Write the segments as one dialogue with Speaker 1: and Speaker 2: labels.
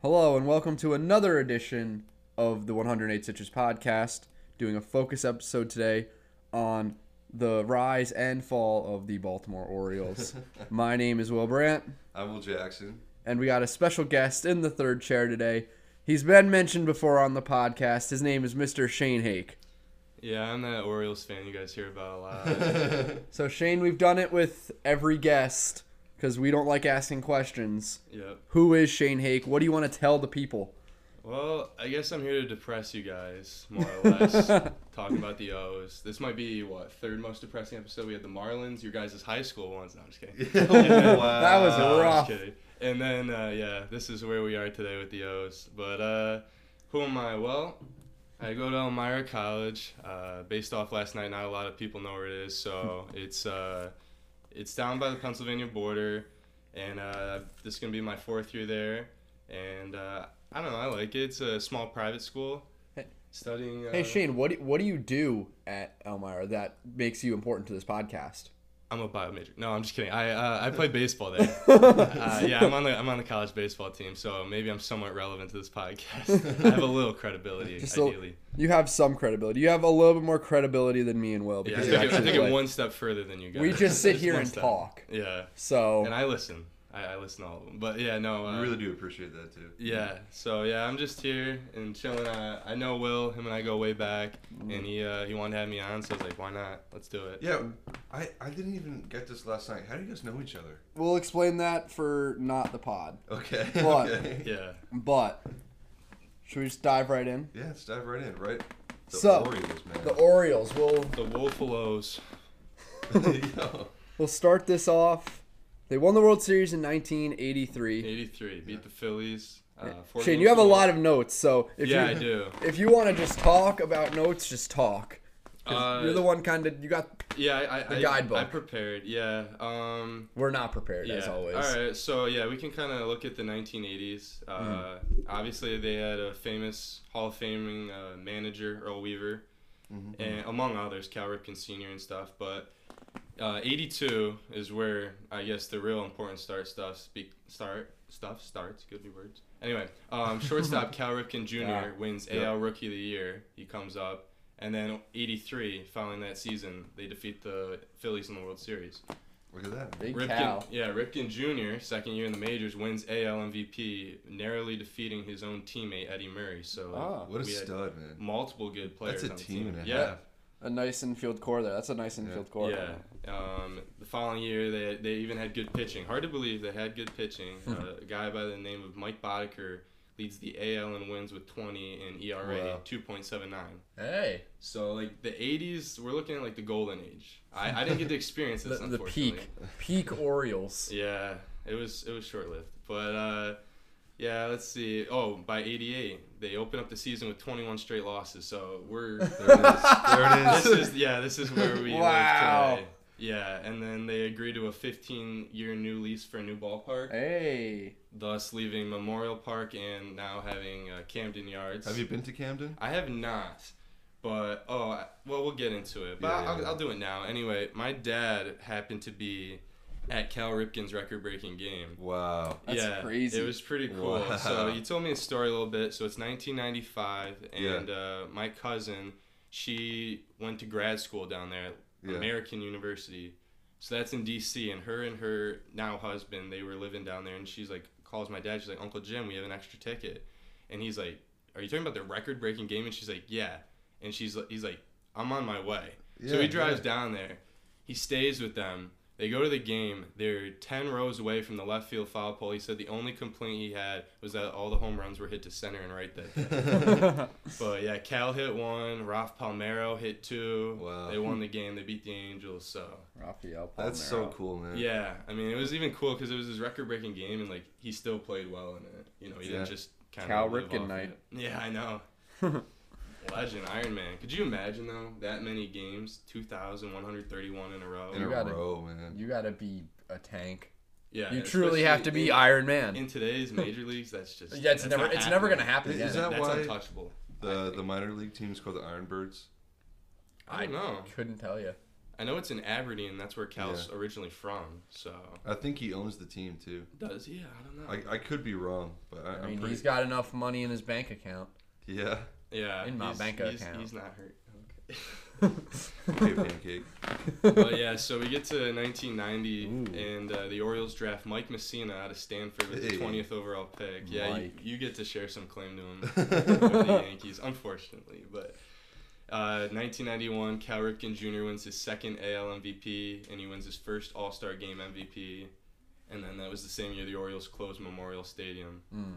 Speaker 1: Hello, and welcome to another edition of the 108 Citrus Podcast. Doing a focus episode today on the rise and fall of the Baltimore Orioles. My name is Will Brandt,
Speaker 2: I'm Will Jackson.
Speaker 1: and we got a special guest in the third chair today. He's been mentioned before on the podcast. His name is Mr. Shane Hake.
Speaker 3: Yeah, I'm that Orioles fan you guys hear about a lot.
Speaker 2: yeah,
Speaker 1: So, Shane, we've done it with every guest because we don't like asking questions.
Speaker 3: yep.
Speaker 1: Who is Shane Hake? What do you want to tell the people?
Speaker 3: Well, I guess I'm here to depress you guys, more or less, talking about the O's. This might be, what, third most depressing episode? We had the Marlins, your guys' high school ones. No, I'm just kidding.
Speaker 2: wow.
Speaker 1: That was
Speaker 3: No, I'm
Speaker 1: rough.
Speaker 3: just kidding. And then, uh, yeah, this is where we are today with the O's. But uh, who am I? Well, I go to Elmira College. Uh, based off last night, not a lot of people know where it is, so it's uh, it's down by the Pennsylvania border, and uh, this is gonna be my fourth year there. And uh, I don't know, I like it. It's a small private school.
Speaker 1: Hey-
Speaker 3: Studying. Uh,
Speaker 1: Hey Shane, what do, what do you do at Elmira that makes you important to this podcast?
Speaker 3: I'm a bio major. No, I'm just kidding. I uh, I play baseball there. uh, yeah, I'm on the I'm on the college baseball team, so maybe I'm somewhat relevant to this podcast. I have a little credibility,
Speaker 1: Just a-
Speaker 3: ideally.
Speaker 1: You have some credibility. You have a little bit more credibility than me and Will
Speaker 3: Yeah,
Speaker 1: because
Speaker 3: I think,
Speaker 1: you
Speaker 3: it, I
Speaker 1: actually
Speaker 3: think it
Speaker 1: play.
Speaker 3: one step further than you guys.
Speaker 1: we just sit here
Speaker 3: one
Speaker 1: and
Speaker 3: step.
Speaker 1: talk.
Speaker 3: Yeah,
Speaker 1: So
Speaker 3: and I listen. I, I listen to all of them. But yeah, no.
Speaker 2: I
Speaker 3: Uh,
Speaker 2: really do appreciate that too.
Speaker 3: Yeah. So yeah, I'm just here and chilling. Uh, I know Will. Him and I go way back,
Speaker 1: Mm.
Speaker 3: and he uh, he wanted to have me on, so I was like, why not? Let's do it.
Speaker 2: Yeah, I, I didn't even get this last night. How do you guys know each other?
Speaker 1: we'll explain that for not the pod.
Speaker 2: Okay.
Speaker 1: What?
Speaker 2: okay.
Speaker 3: Yeah.
Speaker 1: But should we just dive right in?
Speaker 2: Yeah, let's dive right in, right? The
Speaker 1: So,
Speaker 2: Orioles, man.
Speaker 1: The Orioles. We'll
Speaker 3: The woeful O's.
Speaker 2: Yo.
Speaker 1: we'll start this off. They won the World Series in 1983.
Speaker 3: 83 beat the Phillies. Uh, four
Speaker 1: Shane,
Speaker 3: games
Speaker 1: you have a
Speaker 3: to
Speaker 1: lot of
Speaker 3: one.
Speaker 1: notes, so if you
Speaker 3: yeah, I do.
Speaker 1: if you want to just talk about notes, just talk. 'Cause
Speaker 3: Uh,
Speaker 1: you're the one kind of you got.
Speaker 3: yeah, I, I,
Speaker 1: the
Speaker 3: I-
Speaker 1: guidebook.
Speaker 3: I prepared. Yeah. Um.
Speaker 1: We're not prepared
Speaker 3: Yeah.
Speaker 1: as always.
Speaker 3: All right. So yeah, we can kind of look at the 1980s. Uh,
Speaker 1: Mm-hmm.
Speaker 3: Obviously, they had a famous Hall of Faming uh, manager, Earl Weaver,
Speaker 1: Mm-hmm,
Speaker 3: and among others, Cal Ripken Sr. and stuff. But uh, 82 is where I guess the real important start stuff speak start stuff starts. Good new words. Anyway, um, shortstop Cal Ripken Jr.
Speaker 1: Yeah.
Speaker 3: wins
Speaker 2: Yeah.
Speaker 3: AL Rookie of the Year. He comes up. And then 83, following that season, they defeat the Phillies in the World Series.
Speaker 2: Look at that.
Speaker 1: Big
Speaker 3: Ripken,
Speaker 1: cow.
Speaker 3: yeah, Ripken Jr. second year in the majors wins AL MVP, narrowly defeating his own teammate Eddie Murray. So
Speaker 1: Ah.
Speaker 2: What a
Speaker 3: we had
Speaker 2: stud, man.
Speaker 3: multiple good players.
Speaker 2: That's a
Speaker 3: on the
Speaker 2: team
Speaker 3: team.
Speaker 2: and a
Speaker 3: yeah,
Speaker 1: A nice infield core there. That's a nice infield core.
Speaker 3: yeah. Um, the following year, they they even had good pitching. Hard to believe they had good pitching.
Speaker 2: Hmm.
Speaker 3: uh, a guy by the name of Mike Boddicker leads the AL and wins with E 20 and ERA
Speaker 2: Wow.
Speaker 3: 2.79.
Speaker 1: Hey.
Speaker 3: So like the 80s, we're looking at like the golden age. I, I didn't get to experience
Speaker 1: The,
Speaker 3: this
Speaker 1: the
Speaker 3: unfortunately.
Speaker 1: peak. Peak Orioles.
Speaker 3: Yeah, it was it was short lived, but uh, yeah, let's see. Oh, by '88, they open up the season with 21 straight losses. So we're
Speaker 2: There it is. There it is.
Speaker 3: this is yeah, this is where we
Speaker 1: Wow.
Speaker 3: live today. Yeah, and then they agree to a 15-year new lease for a new ballpark,
Speaker 1: Hey.
Speaker 3: thus leaving Memorial Park and now having uh, Camden Yards.
Speaker 2: Have you been to Camden?
Speaker 3: I have not, but oh, I, well, we'll get into it. But
Speaker 2: Yeah,
Speaker 3: I'll,
Speaker 2: yeah,
Speaker 3: I'll,
Speaker 2: yeah.
Speaker 3: I'll do it now. Anyway, my dad happened to be at Cal Ripken's record-breaking game.
Speaker 2: Wow.
Speaker 1: That's
Speaker 3: yeah,
Speaker 1: crazy.
Speaker 3: It was pretty cool.
Speaker 2: Wow.
Speaker 3: So you told me a story a little bit. So it's 1995,
Speaker 2: Yeah.
Speaker 3: and uh, my cousin, she went to grad school down there at
Speaker 2: Yeah.
Speaker 3: American University. So that's in D.C. And her and her now husband, they were living down there. And she's like, calls my dad. She's like, Uncle Jim, we have an extra ticket. And he's like, Are you talking about the record-breaking game? And she's like, Yeah. And she's li- he's like, I'm on my way. so
Speaker 2: Yeah,
Speaker 3: he drives down there. He stays with them. They go to the game. They're 10 rows away from the left field foul pole. He said the only complaint he had was that all the home runs were hit to center and right that day. but yeah, Cal hit one. Ralph Palmero hit two.
Speaker 2: Wow.
Speaker 3: They won the game. They beat the Angels. So
Speaker 1: Rafael Palmeiro.
Speaker 2: That's so cool, man.
Speaker 3: yeah, I mean, it was even cool because it was his record breaking game and like he still played well in it. You know, he
Speaker 2: Yeah.
Speaker 3: didn't just kind
Speaker 1: Cal
Speaker 3: of.
Speaker 1: Ripken night.
Speaker 3: Yeah, I know. Legend, Iron Man. Could you imagine though that many games, 2,131 in a row?
Speaker 2: In
Speaker 1: Oh, You
Speaker 2: a
Speaker 1: gotta-
Speaker 2: row, man.
Speaker 1: You gotta be a tank.
Speaker 3: Yeah,
Speaker 1: You truly have to
Speaker 3: especially
Speaker 1: be
Speaker 3: in,
Speaker 1: Iron Man.
Speaker 3: in today's major leagues. That's just
Speaker 1: yeah, it's
Speaker 3: that's
Speaker 1: never
Speaker 3: not
Speaker 1: it's never gonna
Speaker 3: happening.
Speaker 1: happen
Speaker 2: Is
Speaker 1: again.
Speaker 2: that-
Speaker 3: That's
Speaker 2: why-
Speaker 3: untouchable.
Speaker 2: The the minor league team's called the Ironbirds.
Speaker 3: I don't know.
Speaker 1: couldn't tell you.
Speaker 3: I I know it's in Aberdeen. That's where Cal's originally from. So
Speaker 2: I think he owns the team too.
Speaker 3: does yeah, I don't know.
Speaker 2: I, I could be wrong, but I,
Speaker 1: I
Speaker 2: I
Speaker 1: mean,
Speaker 2: am pretty.
Speaker 1: he's got enough money in his bank account.
Speaker 2: Yeah.
Speaker 3: yeah,
Speaker 1: in my
Speaker 3: he's-
Speaker 1: bank
Speaker 3: he's,
Speaker 1: account.
Speaker 3: He's not hurt. Okay.
Speaker 2: Hey, pancake.
Speaker 3: but yeah, so we get to 1990,
Speaker 1: Ooh.
Speaker 3: and uh, the Orioles draft Mike Messina out of Stanford with the
Speaker 2: Hey.
Speaker 3: 20th overall pick. Yeah, you,
Speaker 1: Mike.
Speaker 3: you get to share some claim to him. with the Yankees, unfortunately. But uh, 1991, Cal Ripken Jr. wins his second AL MVP, and he wins his first All Star Game MVP. And then that was the same year the Orioles closed Memorial Stadium.
Speaker 1: Mm.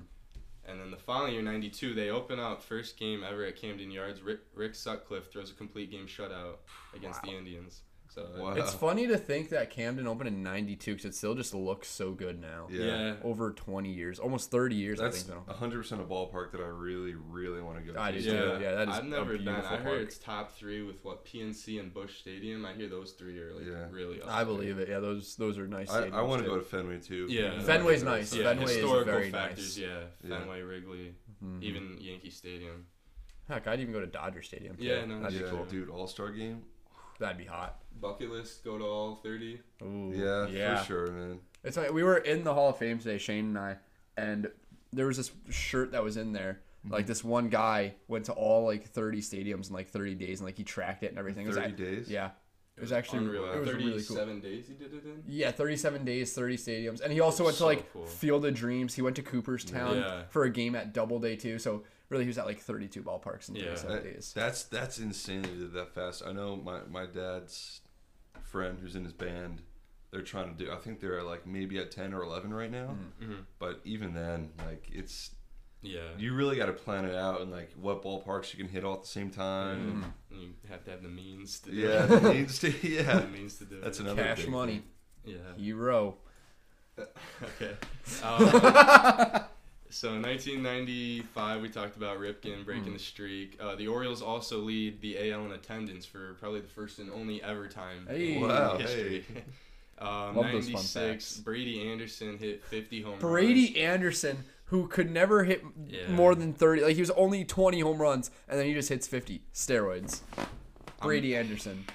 Speaker 3: And then the following year, 92, they open up first game ever at Camden Yards. Rick, Rick Sutcliffe throws a complete game shutout against the Indians. So uh,
Speaker 2: Wow.
Speaker 1: It's funny to think that Camden opened in '92 because it still just looks so good now.
Speaker 2: Yeah.
Speaker 1: Over 20 years, almost 30 years, I
Speaker 2: That's
Speaker 1: think now.
Speaker 2: 100% a ballpark that I really, really want to go
Speaker 1: I
Speaker 2: to.
Speaker 1: do
Speaker 3: Yeah,
Speaker 1: too.
Speaker 3: yeah,
Speaker 1: Yeah, that is
Speaker 3: I've
Speaker 1: a
Speaker 3: never been.
Speaker 1: beautiful
Speaker 3: I
Speaker 1: park.
Speaker 3: heard it's top three with what PNC and Bush Stadium. I hear those three are like
Speaker 2: Yeah.
Speaker 3: really. Up
Speaker 1: I
Speaker 3: there.
Speaker 1: believe it. Yeah, those those are nice.
Speaker 2: I, I
Speaker 1: stadiums,
Speaker 2: want to
Speaker 1: too.
Speaker 2: go to Fenway too.
Speaker 3: Yeah.
Speaker 2: Even though I
Speaker 1: Fenway's
Speaker 2: think
Speaker 1: nice.
Speaker 2: that's-
Speaker 3: Yeah,
Speaker 1: Fenway is
Speaker 3: historical
Speaker 1: very
Speaker 3: factors.
Speaker 1: nice. Mhm.
Speaker 3: Yeah,
Speaker 2: Yeah.
Speaker 3: Fenway, Wrigley, even Yankee Stadium.
Speaker 1: Hmm. Heck, I'd even go to Dodger Stadium. Too.
Speaker 3: Yeah, no,
Speaker 1: that'd
Speaker 2: Yeah,
Speaker 1: be cool.
Speaker 2: dude, All Star game.
Speaker 1: That'd be hot.
Speaker 3: Bucket list, go to all thirty.
Speaker 1: Ooh,
Speaker 2: Yeah, for sure, man.
Speaker 1: It's like we were in the Hall of Fame today, Shane and I, and there was this shirt that was in there.
Speaker 2: Mm-hmm.
Speaker 1: Like this one guy went to all like 30 stadiums in like 30 days, and like he tracked it and everything. It was
Speaker 2: 30
Speaker 1: act-
Speaker 2: days?
Speaker 1: Yeah, it was actually
Speaker 3: unreal.
Speaker 1: it was really cool.
Speaker 3: Thirty-seven days he did it in.
Speaker 1: Yeah, 37 days, 30 stadiums, and he also went to
Speaker 3: so
Speaker 1: like
Speaker 3: cool.
Speaker 1: Field of Dreams. He went to Cooperstown
Speaker 3: Yeah.
Speaker 1: for a game at Doubleday too. So really, he was at like 32 ballparks in
Speaker 3: Yeah.
Speaker 1: 37
Speaker 2: That-
Speaker 1: days.
Speaker 2: that's that's insane that he did that fast. I know my my dad's friend who's in his band. They're trying to do. I think they're like maybe at ten or eleven right now. But even then, like it's
Speaker 3: Yeah,
Speaker 2: you really got to plan it out and like what ballparks you can hit all at the same time.
Speaker 3: And you have to have the means to. Do
Speaker 2: Yeah,
Speaker 3: it.
Speaker 2: the means to- yeah.
Speaker 3: the means to do
Speaker 2: That's
Speaker 3: it.
Speaker 2: another
Speaker 1: Cash
Speaker 2: big
Speaker 1: money,
Speaker 2: thing.
Speaker 3: Yeah.
Speaker 1: hero.
Speaker 3: Okay. Um, so in 1995, we talked about Ripken
Speaker 1: Hmm.
Speaker 3: breaking the streak. Uh, the Orioles also lead the AL in attendance for probably the first and only ever time
Speaker 1: Hey.
Speaker 3: in
Speaker 2: Wow,
Speaker 3: history. Um,
Speaker 1: Love those fun
Speaker 3: 96,
Speaker 1: facts.
Speaker 3: Brady Anderson hit 50 home runs.
Speaker 1: Brady Anderson, who could never hit m
Speaker 3: Yeah.
Speaker 1: more than 30. Like, he was only 20 home runs, and then he just hits 50. Steroids. Brady Anderson.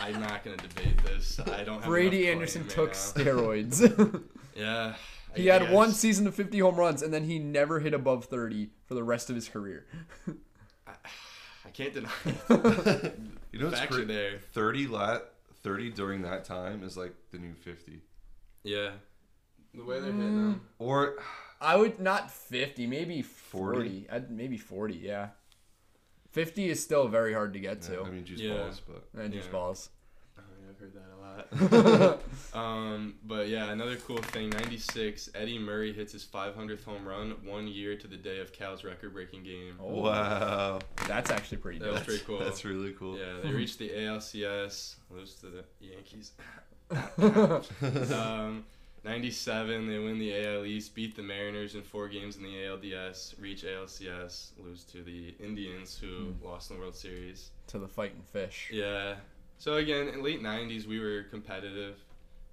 Speaker 3: I'm not going to debate this. I don't have
Speaker 1: Brady
Speaker 3: enough
Speaker 1: Anderson
Speaker 3: claim
Speaker 1: took
Speaker 3: right now.
Speaker 1: steroids.
Speaker 3: Yeah. I
Speaker 1: he had one
Speaker 3: guess.
Speaker 1: season of 50 home runs, and then he never hit above 30 for the rest of his career.
Speaker 3: I can't deny it.
Speaker 2: You know, it's
Speaker 3: Facts are
Speaker 2: crazy.
Speaker 3: there.
Speaker 2: Thirty lat thirty during that time is like the new fifty.
Speaker 3: Yeah. The way they're hitting
Speaker 1: Mm.
Speaker 3: them.
Speaker 2: Or
Speaker 1: I would not 50, maybe 40.
Speaker 2: 40?
Speaker 1: I'd, maybe 40, yeah. 50 is still very hard to get to.
Speaker 2: I mean, juice
Speaker 3: Yeah.
Speaker 2: balls, but
Speaker 1: and juice
Speaker 3: yeah.
Speaker 1: balls.
Speaker 3: Oh, yeah, I've heard that a lot. um, but yeah, another cool thing. '96, Eddie Murray hits his 500th home run one year to the day of Cal's record-breaking game.
Speaker 1: Oh,
Speaker 2: wow,
Speaker 1: That's actually pretty
Speaker 3: That was
Speaker 1: dope.
Speaker 3: pretty cool.
Speaker 2: That's really cool.
Speaker 3: yeah, they reached the ALCS, lose to the Yankees.
Speaker 2: uh,
Speaker 3: um, '97, they win the AL East, beat the Mariners in four games in the ALDS, reach ALCS, lose to the Indians, who lost in the World Series.
Speaker 1: to the fighting fish.
Speaker 3: Yeah. So again, in late '90s, we were competitive.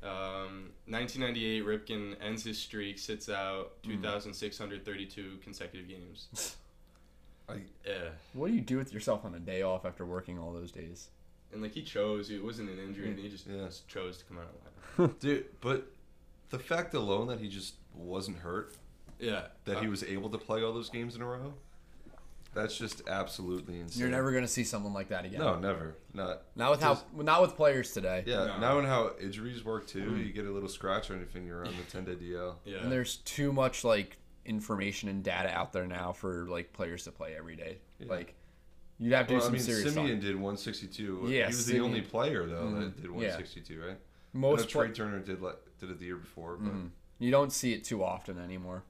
Speaker 3: Um, 1998, Ripken ends his streak, sits out
Speaker 2: Hmm.
Speaker 3: 2,632 consecutive games.
Speaker 2: I-
Speaker 3: yeah,
Speaker 1: What do you do with yourself on a day off after working all those days?
Speaker 3: and like he chose, it wasn't an injury, and he just
Speaker 2: Yeah.
Speaker 3: chose to come out alive.
Speaker 2: Dude, but the fact alone that he just wasn't hurt,
Speaker 3: Yeah,
Speaker 2: that
Speaker 3: Uh,
Speaker 2: he was able to play all those games in a row, that's just absolutely insane.
Speaker 1: You're never gonna see someone like that again.
Speaker 2: No, never. Not.
Speaker 1: Not with how, not with players today.
Speaker 2: Yeah,
Speaker 3: No. Mm-hmm.
Speaker 2: now and how injuries work too. You get a little scratch on your finger on the 10 day DL.
Speaker 3: yeah.
Speaker 1: And there's too much like information and data out there now for like players to play every day. Like you'd have to
Speaker 2: Well,
Speaker 1: do
Speaker 2: I
Speaker 1: some
Speaker 2: mean,
Speaker 1: serious.
Speaker 2: Simeon
Speaker 1: talk.
Speaker 2: did 162.
Speaker 1: Yeah,
Speaker 2: he was
Speaker 1: Simeon. Mm-hmm.
Speaker 2: the only player though that did 162, right? Most I
Speaker 1: Most
Speaker 2: know
Speaker 1: pla-
Speaker 2: Trey Turner did like did it the year before, but
Speaker 1: you don't see it too often anymore.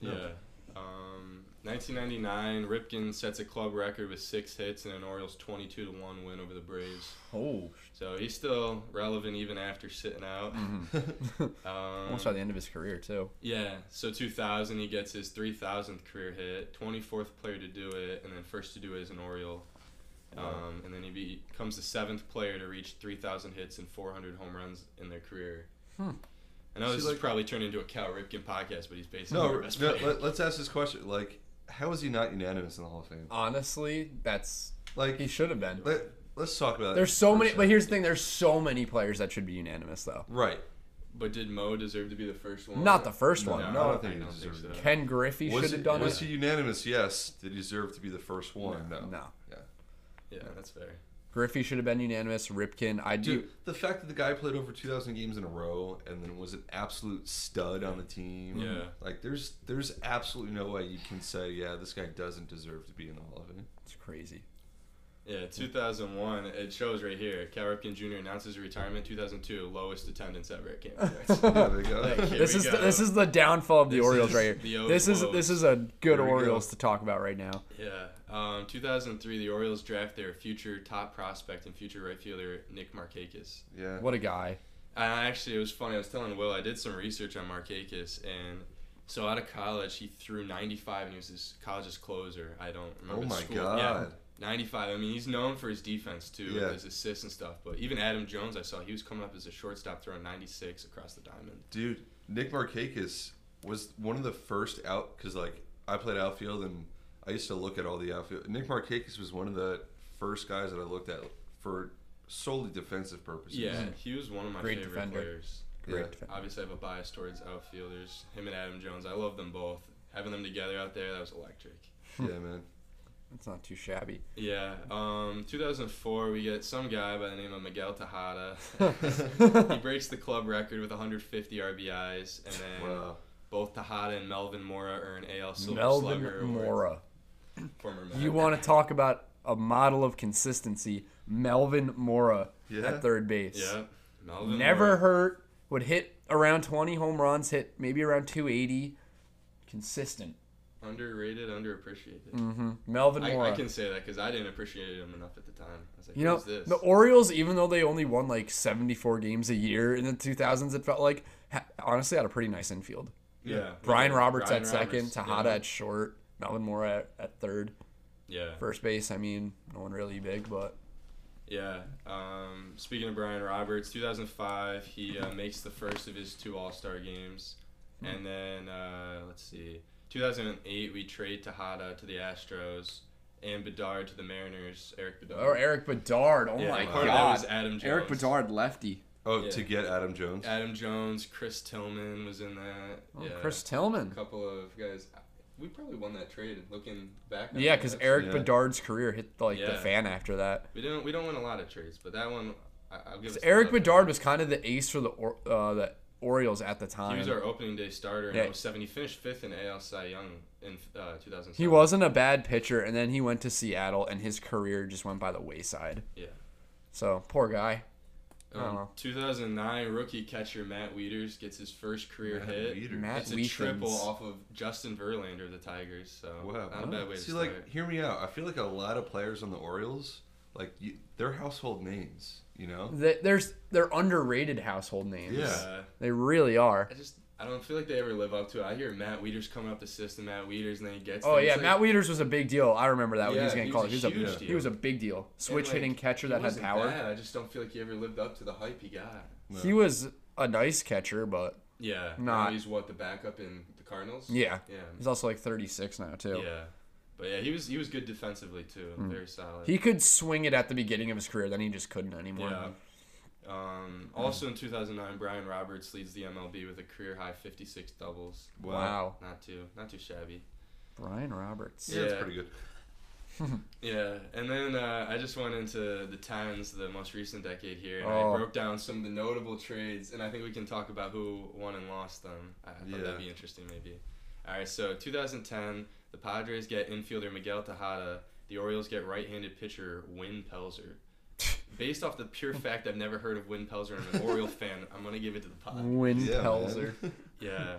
Speaker 3: Yeah. Um, 1999, Ripken sets a club record with six hits and an Orioles 22 to one win over the Braves.
Speaker 1: Oh,
Speaker 3: So he's still relevant even after sitting out.
Speaker 2: Mm-hmm.
Speaker 3: um,
Speaker 1: almost by the end of his career too.
Speaker 3: Yeah, so 2000, he gets his 3,000th career hit, 24th player to do it, and then first to do it as an Oriole. Um, and then he becomes the seventh player to reach 3,000 hits and 400 home runs in their career.
Speaker 1: Hmm.
Speaker 3: I know
Speaker 2: See,
Speaker 3: this is
Speaker 2: like-
Speaker 3: probably turned into a Cal Ripken podcast, but he's basically
Speaker 2: no,
Speaker 3: our
Speaker 2: r-
Speaker 3: best
Speaker 2: no,
Speaker 3: player.
Speaker 2: let, us ask this question: like, how is he not unanimous in the Hall of Fame?
Speaker 1: Honestly, that's
Speaker 2: Like,
Speaker 1: he should have been.
Speaker 2: like, Let's talk about.
Speaker 1: There's so
Speaker 2: for a
Speaker 1: many, but
Speaker 2: second.
Speaker 1: here's the thing: there's so many players that should be unanimous, though.
Speaker 2: right.
Speaker 3: But did Mo deserve to be the first one?
Speaker 1: Not the first
Speaker 2: No,
Speaker 1: one.
Speaker 2: I don't
Speaker 1: No.
Speaker 2: think he deserved
Speaker 3: so.
Speaker 2: that.
Speaker 1: Ken Griffey
Speaker 2: Was,
Speaker 1: should
Speaker 2: he,
Speaker 1: have done
Speaker 2: was
Speaker 1: it.
Speaker 2: he unanimous? Yes. Did he deserve to be the first one? No.
Speaker 1: No.
Speaker 2: Yeah.
Speaker 3: Yeah, that's fair.
Speaker 1: Griffey should have been unanimous. Ripken, I do.
Speaker 2: Dude, the fact that the guy played over 2,000 games in a row and then was an absolute stud on the team.
Speaker 3: Yeah.
Speaker 2: Like, there's there's absolutely no way you can say, yeah, this guy doesn't deserve to be in the Hall of Fame.
Speaker 1: It's crazy.
Speaker 3: Yeah, 2001. It shows right here. Cal Ripken Jr. announces retirement. 2002, lowest attendance at Red Camp.
Speaker 2: There they go.
Speaker 3: Like, here
Speaker 1: this
Speaker 3: we
Speaker 1: is
Speaker 3: go.
Speaker 1: the, this is the downfall of the
Speaker 3: This
Speaker 1: Orioles
Speaker 3: is
Speaker 1: right here.
Speaker 3: the O's
Speaker 1: this is
Speaker 3: woes.
Speaker 1: this is a good
Speaker 2: Here we go.
Speaker 1: Orioles to talk about right now.
Speaker 3: Yeah. Um, 2003, the Orioles draft their future top prospect and future right fielder, Nick Markakis.
Speaker 2: yeah.
Speaker 1: What a guy.
Speaker 3: And I actually, it was funny. I was telling Will, I did some research on Markakis. And so out of college, he threw 95 and he was his college's closer. I don't remember.
Speaker 2: Oh,
Speaker 3: the
Speaker 2: my
Speaker 3: school. Yeah,
Speaker 2: God.
Speaker 3: 95. I mean, he's known for his defense, too,
Speaker 2: Yeah.
Speaker 3: with his assists and stuff. But even Adam Jones, I saw, he was coming up as a shortstop throwing 96 across the diamond.
Speaker 2: Dude, Nick Markakis was one of the first out because like I played outfield and I used to look at all the outfield. Nick Markakis was one of the first guys that I looked at for solely defensive purposes.
Speaker 3: Yeah, he was one of my
Speaker 1: Great
Speaker 3: favorite
Speaker 1: defender.
Speaker 3: players.
Speaker 1: Great
Speaker 2: Yeah.
Speaker 1: defender.
Speaker 3: Obviously, I have a bias towards outfielders. Him and Adam Jones. I love them both. Having them together out there, that was electric.
Speaker 2: yeah, man.
Speaker 1: That's not too shabby.
Speaker 3: Yeah. Um, 2004, we get some guy by the name of Miguel Tejada. he breaks the club record with 150 RBIs, and then
Speaker 2: Wow.
Speaker 3: both Tejada and Melvin Mora earn AL Silver Slugger
Speaker 1: Melvin
Speaker 3: awards.
Speaker 1: Mora.
Speaker 3: Former
Speaker 1: You
Speaker 3: Mets.
Speaker 1: want to talk about a model of consistency? Melvin Mora
Speaker 2: Yeah.
Speaker 1: at third base.
Speaker 3: Yeah. Melvin
Speaker 1: Never
Speaker 3: Mora.
Speaker 1: hurt. Would hit around 20 home runs. Hit maybe around 280. Consistent.
Speaker 3: underrated, underappreciated.
Speaker 1: Melvin
Speaker 3: Mm-hmm. I,
Speaker 1: Mora.
Speaker 3: I can say that because I didn't appreciate him enough at the time. I was like,
Speaker 1: You know,
Speaker 3: who's this?
Speaker 1: the Orioles, even though they only won like 74 games a year in the 2000s, it felt like, ha- honestly, had a pretty nice infield.
Speaker 3: yeah.
Speaker 1: Brian Roberts
Speaker 3: Brian
Speaker 1: at
Speaker 3: Roberts,
Speaker 1: second,
Speaker 3: yeah.
Speaker 1: Tejada at short, Melvin Mora at, at third.
Speaker 3: Yeah.
Speaker 1: First base, I mean, no one really big, but
Speaker 3: Yeah. Um, speaking of Brian Roberts, 2005, he uh, makes the first of his two All Star games.
Speaker 1: Hmm.
Speaker 3: And then, uh, let's see, 2008, we trade Tejada to the Astros and Bedard to the Mariners. Eric Bedard.
Speaker 1: oh, Eric Bedard. Oh
Speaker 3: Yeah,
Speaker 1: my
Speaker 3: part of that was
Speaker 1: god,
Speaker 3: Adam Jones.
Speaker 1: Eric Bedard, lefty.
Speaker 2: Oh,
Speaker 3: Yeah.
Speaker 2: to get Adam Jones.
Speaker 3: Adam Jones, Chris Tillman was in that.
Speaker 1: Oh,
Speaker 3: yeah.
Speaker 1: Chris
Speaker 3: A
Speaker 1: Tillman.
Speaker 3: couple of guys. We probably won that trade looking back. on
Speaker 1: Yeah,
Speaker 3: it,
Speaker 1: because
Speaker 3: actually.
Speaker 1: Eric
Speaker 2: yeah.
Speaker 1: Bedard's career hit like the
Speaker 3: Yeah.
Speaker 1: fan after that.
Speaker 3: We didn't. We don't win a lot of trades, but that one, I, I'll give. us the
Speaker 1: Eric
Speaker 3: love there.
Speaker 1: Bedard was kind of the ace for the or- uh, the Orioles at the time.
Speaker 3: He was our opening day starter in
Speaker 1: Yeah.
Speaker 3: 07. He finished fifth in AL Cy Young in uh, 2007.
Speaker 1: He wasn't a bad pitcher, and then he went to Seattle, and his career just went by the wayside.
Speaker 3: Yeah.
Speaker 1: So poor guy.
Speaker 3: Um,
Speaker 1: Oh.
Speaker 3: 2009 rookie catcher Matt Wieters gets his first career
Speaker 2: Matt
Speaker 3: hit.
Speaker 2: Wieters.
Speaker 1: Matt
Speaker 3: It's a
Speaker 1: Wieters.
Speaker 3: triple off of Justin Verlander of the Tigers. So
Speaker 2: Wow.
Speaker 3: not a bad way to
Speaker 2: See,
Speaker 3: start.
Speaker 2: like, hear me out. I feel like a lot of players on the Orioles, like, you, they're household names. You know.
Speaker 1: Th- There's they're underrated household names.
Speaker 2: Yeah.
Speaker 3: Uh,
Speaker 1: They really are.
Speaker 3: I just I don't feel like they ever live up to it. I hear Matt Wieters coming up the system, Matt Wieters, and then he gets.
Speaker 1: Oh
Speaker 3: there. It's
Speaker 1: yeah,
Speaker 3: like-
Speaker 1: Matt Wieters was a big deal. I remember that when he
Speaker 3: Yeah,
Speaker 1: was getting
Speaker 3: he
Speaker 1: called.
Speaker 3: was
Speaker 1: He was
Speaker 3: a
Speaker 1: a
Speaker 3: huge
Speaker 1: he
Speaker 3: deal.
Speaker 1: was a big deal.
Speaker 3: and,
Speaker 1: Switch
Speaker 3: like,
Speaker 1: hitting catcher
Speaker 3: he
Speaker 1: that had
Speaker 3: wasn't
Speaker 1: power.
Speaker 3: bad. I just don't feel like he ever lived up to the hype he got.
Speaker 2: No.
Speaker 1: He was a nice catcher, but
Speaker 3: Yeah.
Speaker 1: Not-
Speaker 3: He's what the backup in the Cardinals.
Speaker 1: yeah,
Speaker 3: Yeah.
Speaker 1: he's also like 36 now too.
Speaker 3: Yeah, but yeah, he was he was good defensively too. Very solid.
Speaker 1: Mm. He could swing it at the beginning of his career, then he just couldn't anymore.
Speaker 3: yeah. Um, also in 2009, Brian Roberts leads the MLB with a career high 56 doubles.
Speaker 1: Wow.
Speaker 3: Not too not too shabby.
Speaker 1: Brian Roberts.
Speaker 2: Yeah, it's
Speaker 3: Yeah.
Speaker 2: pretty good.
Speaker 3: Yeah, and then uh, I just went into the tens, the most recent decade here, and
Speaker 1: Oh.
Speaker 3: I broke down some of the notable trades, and I think we can talk about who won and lost them. I I thought
Speaker 2: Yeah.
Speaker 3: that'd be interesting, maybe. All right, so 2010, the Padres get infielder Miguel Tejada. The Orioles get right-handed pitcher Win Pelzer. Based off the pure fact I've never heard of Win Pelzer and I'm an Oriole fan, I'm gonna give it to the Pod.
Speaker 1: Win
Speaker 2: Yeah,
Speaker 1: Pelzer.
Speaker 2: man.
Speaker 3: Yeah.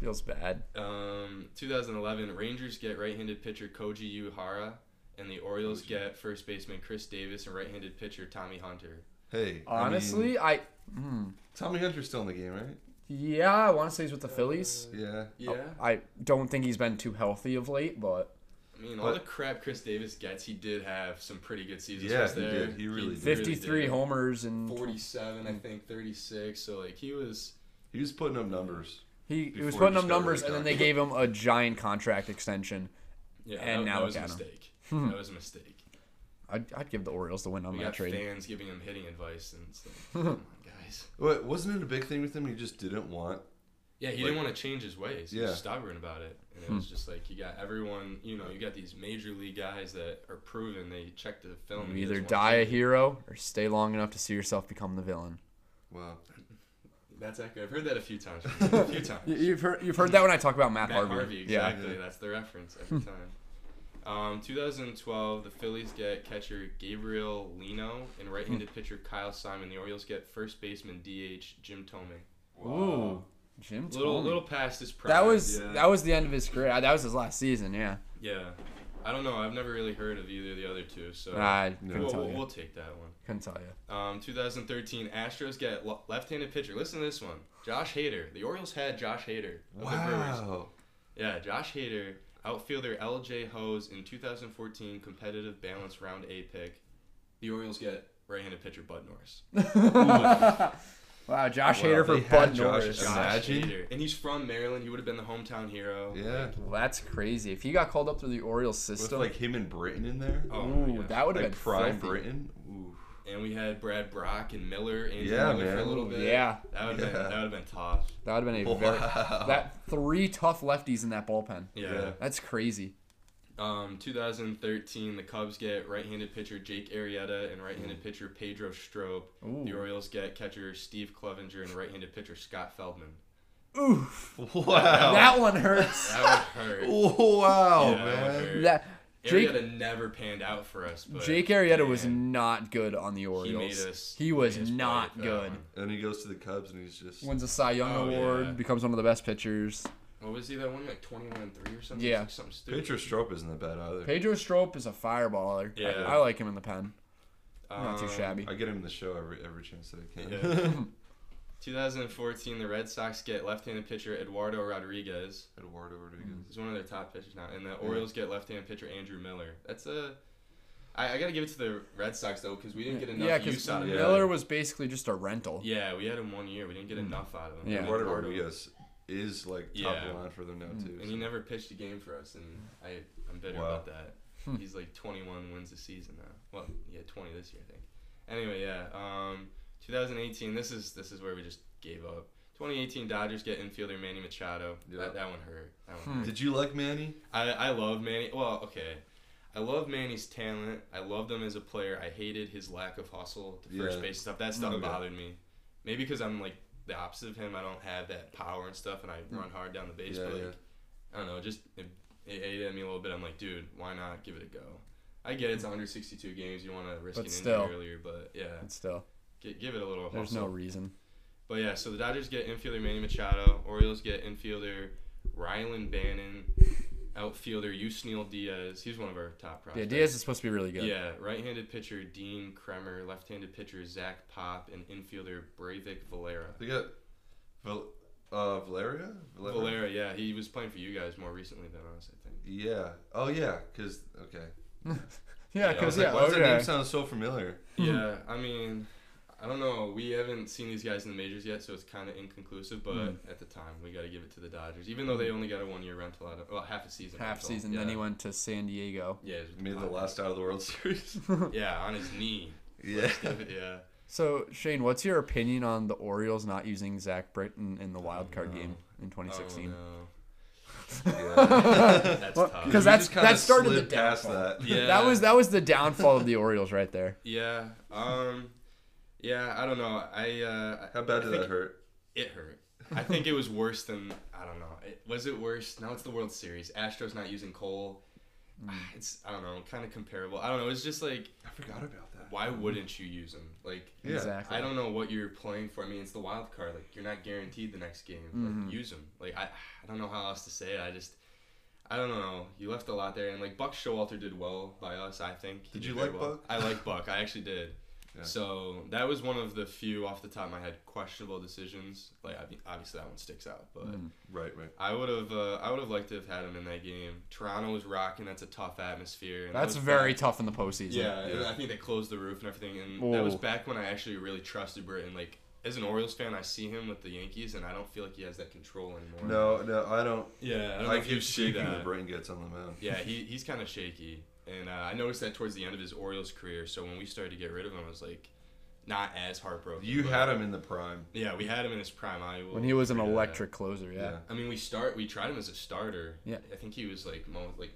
Speaker 1: Feels bad.
Speaker 3: Um, 2011, Rangers get right-handed pitcher Koji Uehara, and the Orioles
Speaker 2: Koji.
Speaker 3: get first baseman Chris Davis and right-handed pitcher Tommy Hunter.
Speaker 2: Hey. I mean,
Speaker 1: Honestly, I, hmm.
Speaker 2: Tommy Hunter's still in the game, right?
Speaker 1: yeah, I want to say he's with the Phillies. Oh,
Speaker 2: Yeah.
Speaker 3: Yeah,
Speaker 1: I don't think he's been too healthy of late, but
Speaker 3: I mean, all the
Speaker 2: But-
Speaker 3: crap Chris Davis gets, he did have some pretty good seasons.
Speaker 2: Yeah,
Speaker 3: was
Speaker 2: he
Speaker 3: there.
Speaker 2: did. He really did.
Speaker 1: 53
Speaker 3: did.
Speaker 1: homers and
Speaker 3: 47,
Speaker 1: Mm.
Speaker 3: I think 36. So like he was.
Speaker 2: He was putting up numbers.
Speaker 1: he, he was
Speaker 2: Before he
Speaker 1: putting up
Speaker 2: discovered
Speaker 1: numbers,
Speaker 2: his
Speaker 1: and then they gave him a giant contract extension.
Speaker 3: Yeah,
Speaker 1: And
Speaker 3: that,
Speaker 1: now
Speaker 3: that was a
Speaker 1: look at him.
Speaker 3: mistake. that was a mistake.
Speaker 1: I'd, I'd give the Orioles the win on
Speaker 3: We
Speaker 1: that
Speaker 3: got
Speaker 1: trade.
Speaker 3: fans giving him hitting advice, and it's like, come on, guys.
Speaker 2: Wait, wasn't it a big thing with him? He just didn't want.
Speaker 3: Yeah, he
Speaker 2: Like-
Speaker 3: didn't want to change his ways. He
Speaker 2: Yeah.
Speaker 3: was stubborn about it. And
Speaker 1: Hmm.
Speaker 3: it was just like you got everyone, you know, you got these major league guys that are proven they check the film.
Speaker 1: You
Speaker 3: and he
Speaker 1: either
Speaker 3: doesn't wanna
Speaker 1: die a
Speaker 3: change it.
Speaker 1: hero or stay long enough to see yourself become the villain.
Speaker 2: Wow.
Speaker 3: That's accurate. I've heard that a few times. A few times.
Speaker 1: You, you've heard you've heard that when I talk about Matt,
Speaker 3: Matt Harvey.
Speaker 1: Yeah. Hmm.
Speaker 3: exactly. That's the reference every time. Um, 2012, the Phillies get catcher Gabriel Lino and
Speaker 1: Hmm.
Speaker 3: right-handed pitcher Kyle Simon. The Orioles get first baseman DH Jim Tomey.
Speaker 1: Ooh, Jim
Speaker 3: Little
Speaker 1: Tomey.
Speaker 3: little past his prime.
Speaker 1: that was
Speaker 2: yeah.
Speaker 1: that was the end of his career. That was his last season. Yeah,
Speaker 3: yeah. I don't know. I've never really heard of either of the other two, so
Speaker 1: I couldn't
Speaker 3: we'll,
Speaker 1: tell
Speaker 3: we'll,
Speaker 1: you.
Speaker 3: we'll take that one.
Speaker 1: couldn't tell you.
Speaker 3: Um, 2013 Astros get le- left-handed pitcher. Listen to this one, Josh Hader. The Orioles had Josh Hader. of the Brewers.
Speaker 2: Wow.
Speaker 3: Yeah, Josh Hader, outfielder L.J. Hose in 2014 competitive balance round A pick. The Orioles get right-handed pitcher Bud Norris.
Speaker 1: wow, Josh
Speaker 2: Wow,
Speaker 1: Hader for
Speaker 2: they had
Speaker 1: Bud
Speaker 2: Josh
Speaker 1: Norris.
Speaker 2: Josh. Imagine.
Speaker 3: Hader, and he's from Maryland. He would have been the hometown hero.
Speaker 2: Yeah.
Speaker 1: Well, that's crazy. If he got called up to the Orioles
Speaker 2: With
Speaker 1: system,
Speaker 2: like him and Britain in there.
Speaker 3: Oh my
Speaker 1: ooh,
Speaker 3: gosh.
Speaker 1: that would have
Speaker 2: like
Speaker 1: been
Speaker 2: prime
Speaker 1: filthy.
Speaker 2: Britain. Ooh.
Speaker 3: And we had Brad Brock and Miller and
Speaker 2: Yeah,
Speaker 3: Miller for a
Speaker 2: man.
Speaker 3: little bit.
Speaker 1: Yeah.
Speaker 3: that would have been
Speaker 2: Yeah.
Speaker 3: that would have been tough.
Speaker 1: That would have been a very
Speaker 2: Wow.
Speaker 1: that three tough lefties in that bullpen.
Speaker 3: yeah.
Speaker 2: Yeah.
Speaker 1: That's crazy.
Speaker 3: Um, 2013, the Cubs get right-handed pitcher Jake Arrieta and right-handed pitcher Pedro Strope.
Speaker 1: Ooh.
Speaker 3: The Orioles get catcher Steve Clevenger and right-handed pitcher Scott Feldman.
Speaker 1: Oof.
Speaker 2: wow.
Speaker 1: That one hurts.
Speaker 3: That would hurt.
Speaker 2: wow,
Speaker 3: Yeah, that
Speaker 2: man.
Speaker 3: would hurt.
Speaker 1: that Jake
Speaker 3: Arrieta never panned out for us. But
Speaker 1: Jake Arrieta was
Speaker 3: man,
Speaker 1: not good on the Orioles. He,
Speaker 3: made us-
Speaker 1: was
Speaker 3: made us
Speaker 1: not
Speaker 3: play that
Speaker 1: good.
Speaker 3: one.
Speaker 2: And he goes to the Cubs and he's just.
Speaker 1: Wins a Cy Young
Speaker 3: Oh,
Speaker 1: award,
Speaker 3: yeah.
Speaker 1: becomes one of the best pitchers.
Speaker 3: What was he that one like 21-3 or something?
Speaker 1: Yeah.
Speaker 3: Like something stupid.
Speaker 2: Pedro Strop isn't that bad either.
Speaker 1: Pedro Strop is a fireballer. I-
Speaker 3: Yeah.
Speaker 1: I, like him in the pen. Not too
Speaker 3: Um,
Speaker 1: shabby.
Speaker 2: I get him in the show every every chance that I can.
Speaker 3: Yeah. 2014, the Red Sox get left-handed pitcher Eduardo Rodriguez.
Speaker 2: Eduardo Rodriguez.
Speaker 3: He's one of their top pitchers now, and the Orioles get left-handed pitcher Andrew Miller. That's a. I, I gotta give it to the Red Sox though, because we didn't get enough
Speaker 1: Yeah,
Speaker 3: use
Speaker 1: because
Speaker 3: out of him.
Speaker 1: Miller was basically just a rental.
Speaker 3: Yeah, we had him one year. We didn't get enough out of him.
Speaker 1: Yeah.
Speaker 2: Eduardo Rodriguez is like top
Speaker 3: Yeah.
Speaker 2: of the line for them now too.
Speaker 3: And he never pitched a game for us, and I I'm bitter
Speaker 2: Wow.
Speaker 3: about that.
Speaker 1: Hmm.
Speaker 3: He's like 21 wins a season now. Well, he had 20 this year, I think. Anyway, yeah. Um, 2018. This is this is where we just gave up. 2018 Dodgers get infielder Manny Machado.
Speaker 2: Yeah.
Speaker 3: That, that one hurt. That one
Speaker 1: Hmm.
Speaker 3: hurt.
Speaker 2: Did you like Manny?
Speaker 3: I, I love Manny. Well, okay. I love Manny's talent. I loved him as a player. I hated his lack of hustle, the first
Speaker 2: Yeah.
Speaker 3: base stuff. That stuff
Speaker 2: Okay.
Speaker 3: bothered me. Maybe because I'm like the opposite of him. I don't have that power and stuff, and I run hard down the base.
Speaker 2: Hmm. Yeah,
Speaker 3: but like,
Speaker 2: yeah.
Speaker 3: I don't know. Just it, it ate at me a little bit. I'm like, dude, why not give it a go? I get it's 162 games. You want to risk
Speaker 1: But
Speaker 3: an
Speaker 1: still.
Speaker 3: injury earlier, but yeah,
Speaker 1: But still,
Speaker 3: gi- give it a little.
Speaker 1: there's
Speaker 3: hustle.
Speaker 1: no reason.
Speaker 3: But yeah, so the Dodgers get infielder Manny Machado. Orioles get infielder Rylan Bannon. Outfielder Yusneel Diaz. He's one of our top
Speaker 1: Yeah,
Speaker 3: prospects.
Speaker 1: Diaz is supposed to be really good.
Speaker 3: Yeah, right-handed pitcher Dean Kremer, left-handed pitcher Zach Pop, and infielder Breivik Valera.
Speaker 2: They got Val- uh, Valeria?
Speaker 3: Valera, yeah, he was playing for you guys more recently than us, I think.
Speaker 2: Yeah. Oh yeah. Cause okay.
Speaker 1: Yeah,
Speaker 3: Yeah,
Speaker 2: I was
Speaker 1: because
Speaker 2: like,
Speaker 1: yeah,
Speaker 2: why does that name
Speaker 1: okay.
Speaker 2: sound so familiar?
Speaker 1: Hmm.
Speaker 3: Yeah, I mean, I don't know. We haven't seen these guys in the majors yet, so it's kind of inconclusive. But
Speaker 1: Hmm.
Speaker 3: at the time, we got to give it to the Dodgers, even though they only got a one-year rental out of well, half a season.
Speaker 1: half
Speaker 3: rental.
Speaker 1: season.
Speaker 3: Yeah.
Speaker 1: Then he went to San Diego.
Speaker 3: Yeah, it was
Speaker 2: Made the last out of the World Series. Uh,
Speaker 3: Yeah, on his knee.
Speaker 2: yeah.
Speaker 3: yeah.
Speaker 1: So Shane, what's your opinion on the Orioles not using Zach Britton in the wild card game in 2016?
Speaker 2: yeah.
Speaker 3: Oh, That's
Speaker 1: Well,
Speaker 3: tough.
Speaker 1: 'cause
Speaker 2: We
Speaker 1: that's-
Speaker 2: just kinda
Speaker 1: that started
Speaker 2: slid
Speaker 1: the
Speaker 2: past
Speaker 1: downfall.
Speaker 2: that.
Speaker 3: Yeah.
Speaker 1: That was that was the downfall of the Orioles right there.
Speaker 3: Yeah. Um. Yeah. I don't know. I. Uh,
Speaker 2: How bad
Speaker 3: I
Speaker 2: did
Speaker 3: think
Speaker 2: that hurt?
Speaker 3: It hurt. I think it was worse than I don't know. It, was it worse? Now it's the World Series. Astros not using Cole. Ah, It's I don't know, kind of comparable. I don't know. It's just like
Speaker 2: I forgot about that.
Speaker 3: why wouldn't you use him? Like
Speaker 2: Yeah.
Speaker 1: Exactly.
Speaker 3: I don't know what you're playing for. I mean, it's the wild card. Like you're not guaranteed the next game. Like
Speaker 2: Mm-hmm.
Speaker 3: use him. Like I, I don't know how else to say it. I just, I don't know. You left a lot there, and like Buck Showalter did well by us. I think. He
Speaker 2: Did you
Speaker 3: very
Speaker 2: like
Speaker 3: well.
Speaker 2: Buck?
Speaker 3: I like Buck. I actually did.
Speaker 2: Yeah.
Speaker 3: So that was one of the few off the top of my head questionable decisions. Like I mean, obviously that one sticks out, but
Speaker 2: Right, right.
Speaker 3: I would have uh, I would have liked to have had him in that game. Toronto was rocking. That's a tough atmosphere. and that
Speaker 1: That's
Speaker 3: was
Speaker 1: very
Speaker 3: back-
Speaker 1: tough in the postseason.
Speaker 3: yeah, and
Speaker 2: Yeah.
Speaker 3: I think they closed the roof and everything, and that was
Speaker 1: Ooh.
Speaker 3: back when I actually really trusted Britain. Like as an Orioles fan, I see him with the Yankees, and I don't feel like he has that control anymore.
Speaker 2: No, no, I don't.
Speaker 3: Yeah, I
Speaker 2: I,
Speaker 3: don't know if
Speaker 2: get
Speaker 3: you see
Speaker 2: shaky. The
Speaker 3: that.
Speaker 2: brain gets on the mound.
Speaker 3: Yeah, he, he's kind of shaky, And uh, I noticed that towards the end of his Orioles career. So when we started to get rid of him, I was like, not as heartbroken.
Speaker 2: You
Speaker 3: but-
Speaker 2: had him in the prime.
Speaker 3: Yeah, we had him in his prime. I will
Speaker 1: when he was an
Speaker 3: agree to that.
Speaker 1: electric closer. Yeah.
Speaker 2: Yeah.
Speaker 3: I mean, we start. We tried him as a starter.
Speaker 1: Yeah.
Speaker 3: I think he was like mo- like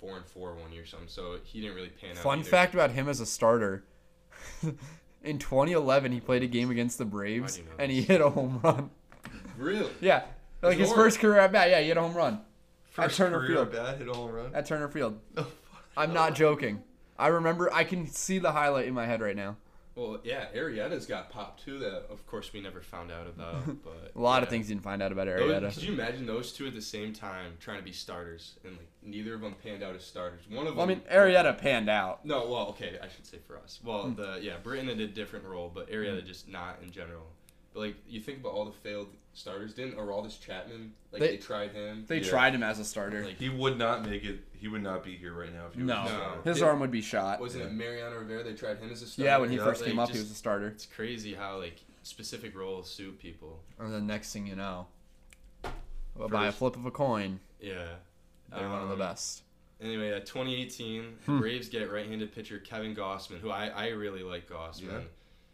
Speaker 3: four and four one year or something. So he didn't really pan out.
Speaker 1: Fun
Speaker 3: either.
Speaker 1: fact about him as a starter. In 2011, he played a game against the Braves
Speaker 3: do you know
Speaker 1: and he hit a home run.
Speaker 3: Really.
Speaker 1: Yeah, like his
Speaker 3: Lord.
Speaker 1: first career at bat. Yeah, he hit a home run
Speaker 2: First
Speaker 1: Turner
Speaker 2: career
Speaker 1: Field.
Speaker 2: bat hit a home run.
Speaker 1: at Turner Field.
Speaker 2: No, fuck.
Speaker 1: I'm not joking. I remember. I can see the highlight in my head right now.
Speaker 3: Well, yeah, Arietta's got popped too. That of course we never found out about. But
Speaker 1: A lot of
Speaker 3: yeah.
Speaker 1: things you didn't find out about
Speaker 3: Those-
Speaker 1: Arietta.
Speaker 3: Could you imagine those two at the same time trying to be starters and like neither of them panned out as starters? One of
Speaker 1: Well, I
Speaker 3: them.
Speaker 1: mean, Arietta Hmm. panned out.
Speaker 3: No, well, okay, I should say for us. Well, the yeah, Britain did a different role, but Arietta
Speaker 1: Hmm.
Speaker 3: just not in general. But like you think about all the failed starters, didn't Araldis Chapman? Like
Speaker 1: They-
Speaker 3: they, tried him.
Speaker 1: They
Speaker 2: Yeah.
Speaker 1: tried him as a starter.
Speaker 3: Like-
Speaker 2: He would not make it. He would not be here right now if he was
Speaker 1: No.
Speaker 2: a
Speaker 3: No.
Speaker 2: starter.
Speaker 1: his
Speaker 3: Did-
Speaker 1: arm would be shot.
Speaker 3: Wasn't it Mariano Rivera? They tried him as a starter.
Speaker 1: Yeah, when he
Speaker 2: Yeah.
Speaker 1: first
Speaker 3: Like,
Speaker 1: came up,
Speaker 3: just-
Speaker 1: he was a starter.
Speaker 3: It's crazy how like specific roles suit people.
Speaker 1: And the next thing you know, well,
Speaker 2: First-
Speaker 1: by a flip of a coin,
Speaker 3: Yeah.
Speaker 1: they're one of the
Speaker 3: Um,
Speaker 1: best.
Speaker 3: Anyway, uh, 2018, the
Speaker 1: Hmm.
Speaker 3: Braves get right-handed pitcher Kevin Gossman, who I, I really like Gossman.
Speaker 2: Yeah.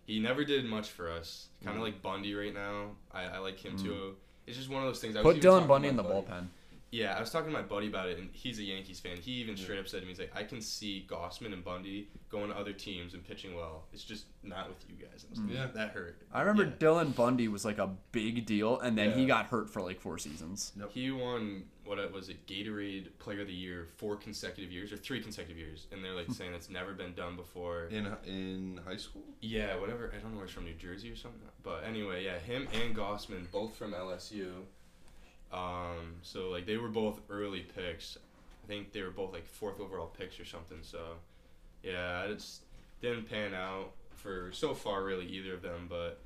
Speaker 3: He never did much for us. Kind
Speaker 1: Mm.
Speaker 3: of like Bundy right now. I, I like him too. It's just one of those things. I was
Speaker 1: Put
Speaker 3: even talking
Speaker 1: Dylan
Speaker 3: to
Speaker 1: Bundy
Speaker 3: my
Speaker 1: in the
Speaker 3: buddy.
Speaker 1: bullpen.
Speaker 3: Yeah, I was talking to my buddy about it, and he's a Yankees fan. He even straight up said to me, he's like, I can see Gossman and Bundy going to other teams and pitching well. It's just not with you guys. I was like,
Speaker 1: Mm.
Speaker 2: Yeah.
Speaker 3: That hurt.
Speaker 1: I remember
Speaker 3: Yeah.
Speaker 1: Dylan Bundy was like a big deal, and then he
Speaker 3: Yeah.
Speaker 1: got hurt for like four seasons.
Speaker 3: He won what it- was it Gatorade Player of the Year four consecutive years or three consecutive years, and they're like saying that's never been done before.
Speaker 2: In in high school.
Speaker 3: Yeah, whatever. I don't know where he's from, New Jersey or something. But anyway, yeah, him and Gossman both from LSU. Um, so like they were both early picks. I think they were both like fourth overall picks or something. So yeah, it just didn't pan out for so far really either of them. But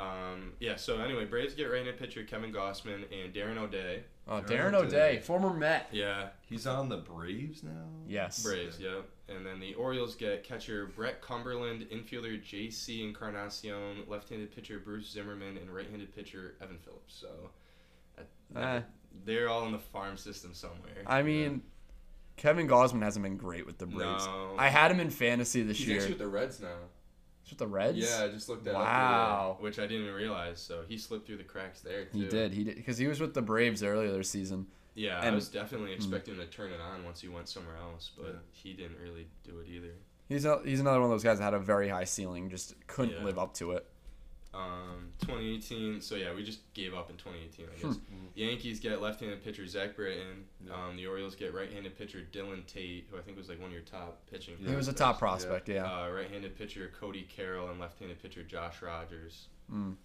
Speaker 3: um, yeah, so anyway, Braves get right-handed pitcher Kevin Gossman and Darren O'Day.
Speaker 1: Oh,
Speaker 2: Darren
Speaker 1: Darren
Speaker 2: O'Day.
Speaker 1: O'Day, former Met.
Speaker 3: Yeah,
Speaker 2: He's on the Braves now.
Speaker 1: Yes.
Speaker 3: Braves. Yep. And then the Orioles get catcher Brett Cumberland, infielder J.C. Encarnacion, left-handed pitcher Bruce Zimmerman, and right-handed pitcher Evan Phillips. So that-
Speaker 1: Eh.
Speaker 3: they're all in the farm system somewhere.
Speaker 1: I mean, Kevin Gosman hasn't been great with the Braves.
Speaker 3: No.
Speaker 1: I had him in fantasy this
Speaker 3: he's
Speaker 1: year.
Speaker 3: actually with the Reds now.
Speaker 1: He's with the Reds.
Speaker 3: Yeah, I just looked that up.
Speaker 1: Wow.
Speaker 3: earlier, Which I didn't even realize. So he slipped through the cracks there too.
Speaker 1: He did. He did because he was with the Braves earlier this season.
Speaker 3: Yeah, I
Speaker 1: And- Hmm.
Speaker 3: was definitely expecting him to turn it on once he went somewhere else, but
Speaker 2: Yeah.
Speaker 3: he didn't really do it either.
Speaker 1: He's a, he's another one of those guys that had a very high ceiling, just couldn't
Speaker 3: Yeah.
Speaker 1: live up to it.
Speaker 3: Um, 2018. So yeah, we just gave up in 2018. I
Speaker 1: Hmm.
Speaker 3: guess Yankees get left-handed pitcher Zach Britton.
Speaker 2: Yeah.
Speaker 3: Um, the Orioles get right-handed pitcher Dylan Tate, who I think was like one of your top pitching.
Speaker 2: Yeah.
Speaker 1: he was a top
Speaker 2: Best, yeah.
Speaker 1: prospect. Yeah.
Speaker 3: Uh, right-handed pitcher Cody Carroll and left-handed pitcher Josh Rogers.
Speaker 1: Mm.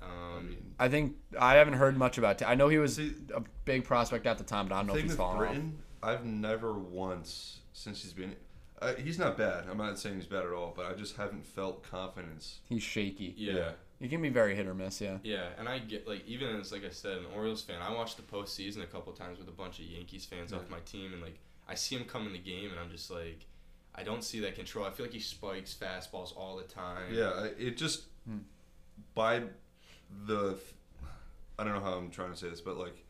Speaker 2: I
Speaker 3: Um,
Speaker 2: mean,
Speaker 1: I think I haven't heard much about. Ta- I know he was
Speaker 2: See-
Speaker 1: a big prospect at the time, but I don't know if
Speaker 2: thing
Speaker 1: he's
Speaker 2: with
Speaker 1: fallen off.
Speaker 2: Britain, I've never once since he's been. Uh, he's not bad. I'm not saying he's bad at all, but I just haven't felt confidence.
Speaker 1: He's shaky.
Speaker 3: yeah.
Speaker 1: He can be very hit or miss. Yeah.
Speaker 3: Yeah, and I get like even as like I said, an Orioles fan. I watched the postseason a couple times with a bunch of Yankees fans off my team, and like I see him come in the game, and I'm just like, I don't see that control. I feel like he spikes fastballs all the time.
Speaker 2: Yeah, I- it just Hmm. by the I don't know how I'm trying to say this, but like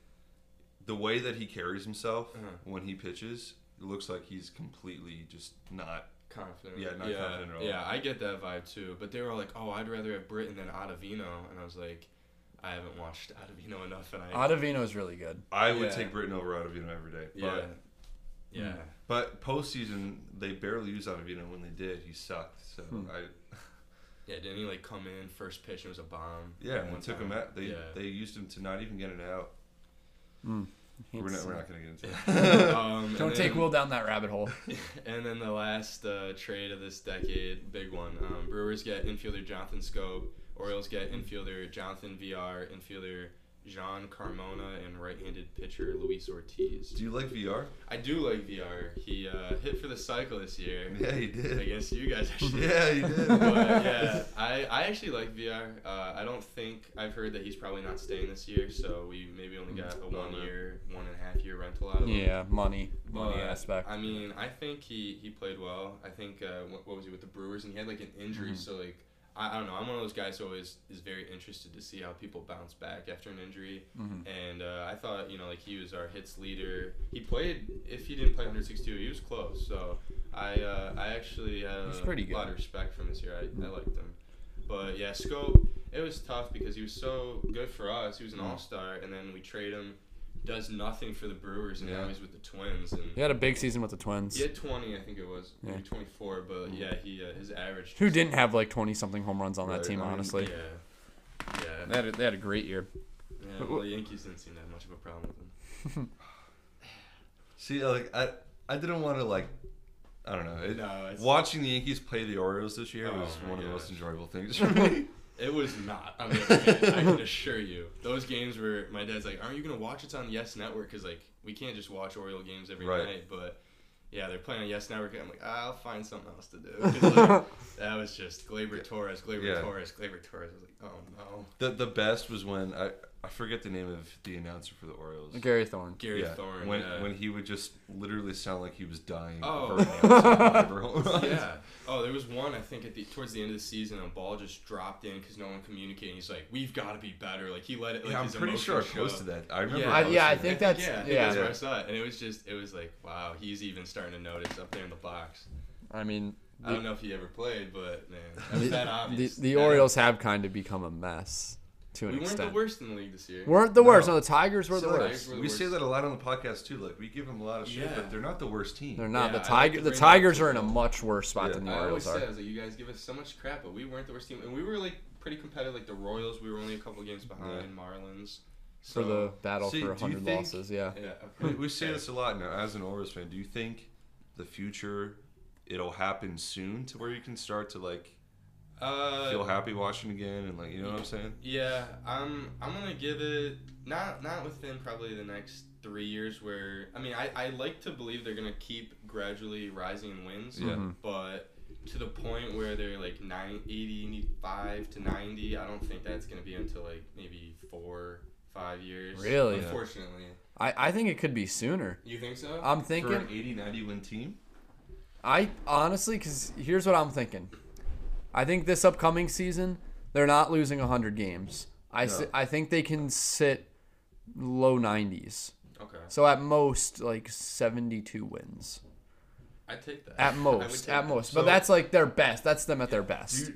Speaker 2: the way that he carries himself
Speaker 3: Uh-huh.
Speaker 2: when he pitches, it looks like he's completely just not.
Speaker 3: confident.
Speaker 2: Yeah, not
Speaker 3: yeah,
Speaker 2: confident at all.
Speaker 3: Yeah, I get that vibe too. But they were all like, "Oh, I'd rather have Britain than Ottavino," and I was like, "I haven't watched Ottavino enough." And I
Speaker 1: Ottavino is really good.
Speaker 2: I would
Speaker 3: Yeah.
Speaker 2: take Britain over Ottavino every day. But,
Speaker 3: yeah, yeah,
Speaker 2: Hmm. But postseason, they barely used Ottavino. When they did, he sucked. So I
Speaker 3: yeah. Didn't he like come in first pitch? and It was a bomb.
Speaker 2: yeah,
Speaker 3: One
Speaker 2: they took
Speaker 3: time.
Speaker 2: him out. They
Speaker 3: yeah.
Speaker 2: they used him to not even get an out. We're
Speaker 1: He's-
Speaker 2: not, we're not gonna get into that.
Speaker 3: um, and
Speaker 1: don't take
Speaker 3: then-
Speaker 1: Will down that rabbit hole.
Speaker 3: And then the last uh, trade of this decade, big one. Um, Brewers get infielder Jonathan Scope. Orioles get infielder Jonathan VR. Infielder Jean Carmona and right-handed pitcher Luis Ortiz.
Speaker 2: Do you like VR?
Speaker 3: I do like VR. He uh, hit for the cycle this year.
Speaker 2: Yeah, he
Speaker 3: I
Speaker 2: did.
Speaker 3: guess you guys actually.
Speaker 2: Yeah, he did.
Speaker 3: but yeah, I, I actually like VR. Uh, I don't think I've heard that he's probably not staying this year, so we maybe only got a one year, one and a half year rental out of him.
Speaker 1: Yeah, money, money
Speaker 3: But,
Speaker 1: aspect.
Speaker 3: I mean, I think he he played well. I think uh, what, what was he with the Brewers, and he had like an injury, so like I, I don't know. I'm one of those guys who always is very interested to see how people bounce back after an injury.
Speaker 1: Mhm.
Speaker 3: And uh, I thought, you know, like he was our hits leader. He played, if he didn't play 162, he was close. So I uh, I actually had
Speaker 1: He's
Speaker 3: a
Speaker 1: pretty good.
Speaker 3: lot of respect from this year. I, I liked him. But yeah, Scope, it was tough because he was so good for us. He was an
Speaker 1: Mm.
Speaker 3: all star. And then we trade him, does nothing for the Brewers, and now
Speaker 2: Yeah.
Speaker 3: he's with the Twins. And
Speaker 1: He had a big season with the Twins.
Speaker 3: he had 20, I think it was,
Speaker 1: Yeah. Mm.
Speaker 3: maybe 24, but yeah, he uh, his average.
Speaker 1: Who didn't have like 20 something home runs on that
Speaker 2: Right,
Speaker 1: team,
Speaker 2: I mean,
Speaker 1: honestly?
Speaker 3: Yeah,
Speaker 1: They
Speaker 3: yeah.
Speaker 1: had, a, they had a great year.
Speaker 3: yeah well, the Yankees didn't seem to have much of a problem with him.
Speaker 2: See, like I, I didn't want to like, I don't know. It,
Speaker 3: No, it's-
Speaker 2: watching the Yankees play the Orioles this year
Speaker 3: Oh
Speaker 2: was
Speaker 3: my
Speaker 2: one of the most
Speaker 3: gosh.
Speaker 2: enjoyable things for me.
Speaker 3: It was not. On the other hand, I can assure you, those games were. My dad's like, "Aren't you gonna watch? It's on Yes Network because like we can't just watch Oriole games every
Speaker 2: Right.
Speaker 3: night." But yeah, they're playing on Yes Network. And I'm like, I'll find something else to do. 'Cause, like, that was just Glaber Torres, Glaber
Speaker 2: Yeah.
Speaker 3: Torres, Glaber Torres. I was like, oh no,
Speaker 2: the the best was when I I forget the name of the announcer for the Orioles.
Speaker 1: Gary Thorne.
Speaker 3: Gary
Speaker 2: yeah,
Speaker 3: Thorne.
Speaker 2: when
Speaker 3: yeah.
Speaker 2: when he would just literally sound like he was dying.
Speaker 3: Oh.
Speaker 2: for an announcer on every home run.
Speaker 3: yeah. Oh, there was one I think at the towards the end of the season, a ball just dropped in because no one communicated. and He's like, "We've got to be better." Like he let it. Like,
Speaker 2: Yeah, I'm
Speaker 3: his
Speaker 2: pretty sure I
Speaker 3: emotions show.
Speaker 2: posted that. I remember.
Speaker 3: Yeah.
Speaker 1: I, yeah, I
Speaker 2: posting
Speaker 1: think
Speaker 2: that.
Speaker 1: that's
Speaker 3: Oh, yeah, I
Speaker 1: yeah.
Speaker 3: think that's where I saw it, and it was just it was like, wow, he's even starting to notice up there in the box.
Speaker 1: I mean,
Speaker 3: I don't know if he ever played, but man, that was that
Speaker 1: the,
Speaker 3: obvious.
Speaker 1: the
Speaker 3: That-
Speaker 1: Orioles have kind of become a mess to an
Speaker 3: We weren't the
Speaker 1: extent.
Speaker 3: worst in the league this year.
Speaker 1: Weren't the worst. No,
Speaker 2: No.
Speaker 1: the Tigers were the
Speaker 2: So, like,
Speaker 1: worst.
Speaker 3: were the
Speaker 2: we say
Speaker 3: worst.
Speaker 2: that a lot on the podcast too. Like we give them a lot of shit,
Speaker 3: Yeah.
Speaker 2: but they're not the worst team.
Speaker 1: They're not. the
Speaker 3: Yeah, I like
Speaker 1: Tiger.
Speaker 3: to
Speaker 1: the
Speaker 3: bring that up
Speaker 1: Tigers
Speaker 3: to
Speaker 1: are in a
Speaker 3: people.
Speaker 1: much worse spot
Speaker 2: Yeah.
Speaker 1: than the
Speaker 3: I always
Speaker 1: Orioles
Speaker 3: said, I
Speaker 1: are.
Speaker 3: was like, you guys give us so much crap, but we weren't the worst team, and we were like pretty competitive. Like the Royals, we were only a couple games behind Marlins. So
Speaker 1: For the battle
Speaker 2: See,
Speaker 1: for
Speaker 2: do you
Speaker 1: 100
Speaker 2: think-
Speaker 1: losses, yeah.
Speaker 3: yeah,
Speaker 2: We,
Speaker 3: okay.
Speaker 2: we say
Speaker 3: Yeah.
Speaker 2: this a lot now. As an Orioles fan, do you think the future it'll happen soon to where you can start to like
Speaker 3: Uh,
Speaker 2: feel happy watching again and like you know what I'm saying?
Speaker 3: Yeah, I'm I'm gonna give it not not within probably the next three years where I mean I, I like to believe they're gonna keep gradually rising in wins.
Speaker 2: Yeah.
Speaker 1: Mhm.
Speaker 3: But to the point where they're like nine, 85 to ninety, I don't think that's gonna be until like maybe four, five years.
Speaker 1: Really?
Speaker 2: Yeah.
Speaker 3: Unfortunately.
Speaker 1: I, I think it could be sooner.
Speaker 3: You think so?
Speaker 1: I'm
Speaker 2: For an
Speaker 1: thinking.
Speaker 2: 80, 90 win team,
Speaker 1: I honestly, because here's what I'm thinking. I think this upcoming season, they're not losing 100 games. I, si-
Speaker 2: No.
Speaker 1: I think they can sit low 90s.
Speaker 3: okay.
Speaker 1: So at most, like 72 wins.
Speaker 3: I take that. I
Speaker 1: At
Speaker 3: would
Speaker 1: most.
Speaker 3: take
Speaker 1: At
Speaker 3: that.
Speaker 1: most.
Speaker 2: So-
Speaker 1: but that's like their best. That's them at their best.
Speaker 2: do,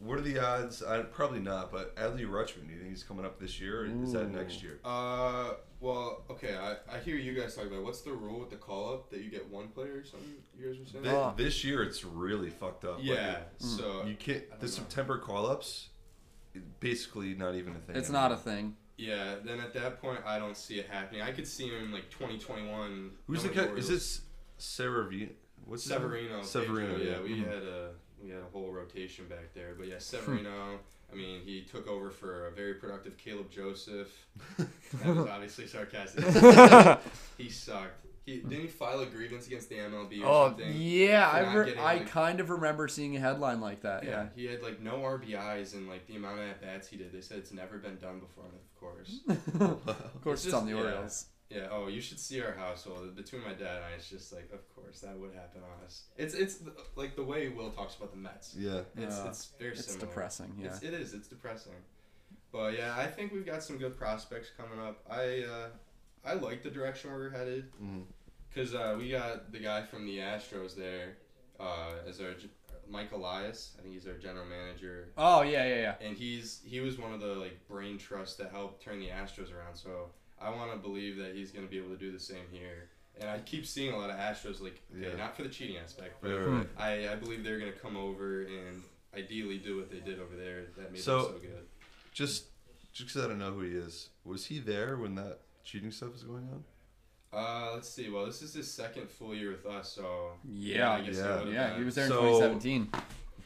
Speaker 2: what are the odds? I, probably not. But Adley Rutschman, do you think he's coming up this year or is that next year?
Speaker 3: Uh, well, okay. I, I hear you guys talk about what's the rule with the call up that you get one player or something. You guys were saying.
Speaker 2: Thi-
Speaker 1: Oh.
Speaker 2: this year it's really fucked up. Like,
Speaker 3: Yeah. So
Speaker 2: Mm. you
Speaker 3: I
Speaker 2: can't.
Speaker 3: don't
Speaker 2: The
Speaker 3: know.
Speaker 2: September call ups, basically not even a thing.
Speaker 1: It's not a thing.
Speaker 3: yeah, then at that point I don't see it happening. I could see him in like 2021.
Speaker 2: Who's the
Speaker 3: Nobody
Speaker 2: guy? Is
Speaker 3: worries.
Speaker 2: this Severino? What's his name?
Speaker 3: Severino?
Speaker 2: Severino.
Speaker 3: Pedro, yeah, we
Speaker 2: Mhm.
Speaker 3: had a we had a whole rotation back there, but
Speaker 2: Hmm.
Speaker 3: yeah, Severino. I mean, he took over for a very productive Caleb Joseph. That was obviously sarcastic. he sucked. He didn't he file a grievance against the MLB or
Speaker 1: Oh,
Speaker 3: something.
Speaker 1: yeah.
Speaker 3: for
Speaker 1: I,
Speaker 3: not
Speaker 1: re-
Speaker 3: getting,
Speaker 1: I
Speaker 3: like-
Speaker 1: kind of remember seeing a headline like that.
Speaker 3: Yeah,
Speaker 1: Yeah.
Speaker 3: he had like no RBIs and like the amount of at bats he did. They said it's never been done before, and of course.
Speaker 1: Of course,
Speaker 3: It's
Speaker 1: it's,
Speaker 3: just-
Speaker 1: on the
Speaker 3: yeah.
Speaker 1: Orioles.
Speaker 3: Yeah. Oh, you should see our household. Between my dad and I, it's just like, of course, that would happen on us. It's it's th- like the way Will talks about the Mets.
Speaker 2: Yeah.
Speaker 3: It's
Speaker 1: Yeah.
Speaker 3: it's very
Speaker 1: It's
Speaker 3: similar.
Speaker 1: depressing. Yeah.
Speaker 3: It's, it is. It's depressing. But yeah, I think we've got some good prospects coming up. I uh, I like the direction we're headed.
Speaker 1: Mm-hmm.
Speaker 2: Mhm.
Speaker 3: Cause uh, we got the guy from the Astros there, uh, as our g- Mike Elias. I think he's our general manager
Speaker 1: oh, yeah, yeah, yeah.
Speaker 3: and he's he was one of the like brain trusts that helped turn the Astros around. So I want to believe that he's going to be able to do the same here. And I keep seeing a lot of Astros like okay,
Speaker 2: Yeah.
Speaker 3: not for the cheating aspect, but
Speaker 2: Right, right, right.
Speaker 3: I, I believe they're going to come over and ideally do what they did over there that made
Speaker 2: So-
Speaker 3: them so good.
Speaker 2: Just, just 'cause I don't know who he is. Was he there when that cheating stuff was going on?
Speaker 3: Uh, let's see. Well, this is his second full year with us, so I
Speaker 1: Yeah.
Speaker 3: guess
Speaker 2: yeah,
Speaker 3: I would've
Speaker 1: Yeah,
Speaker 3: been-
Speaker 1: he was there in
Speaker 2: So-
Speaker 1: 2017.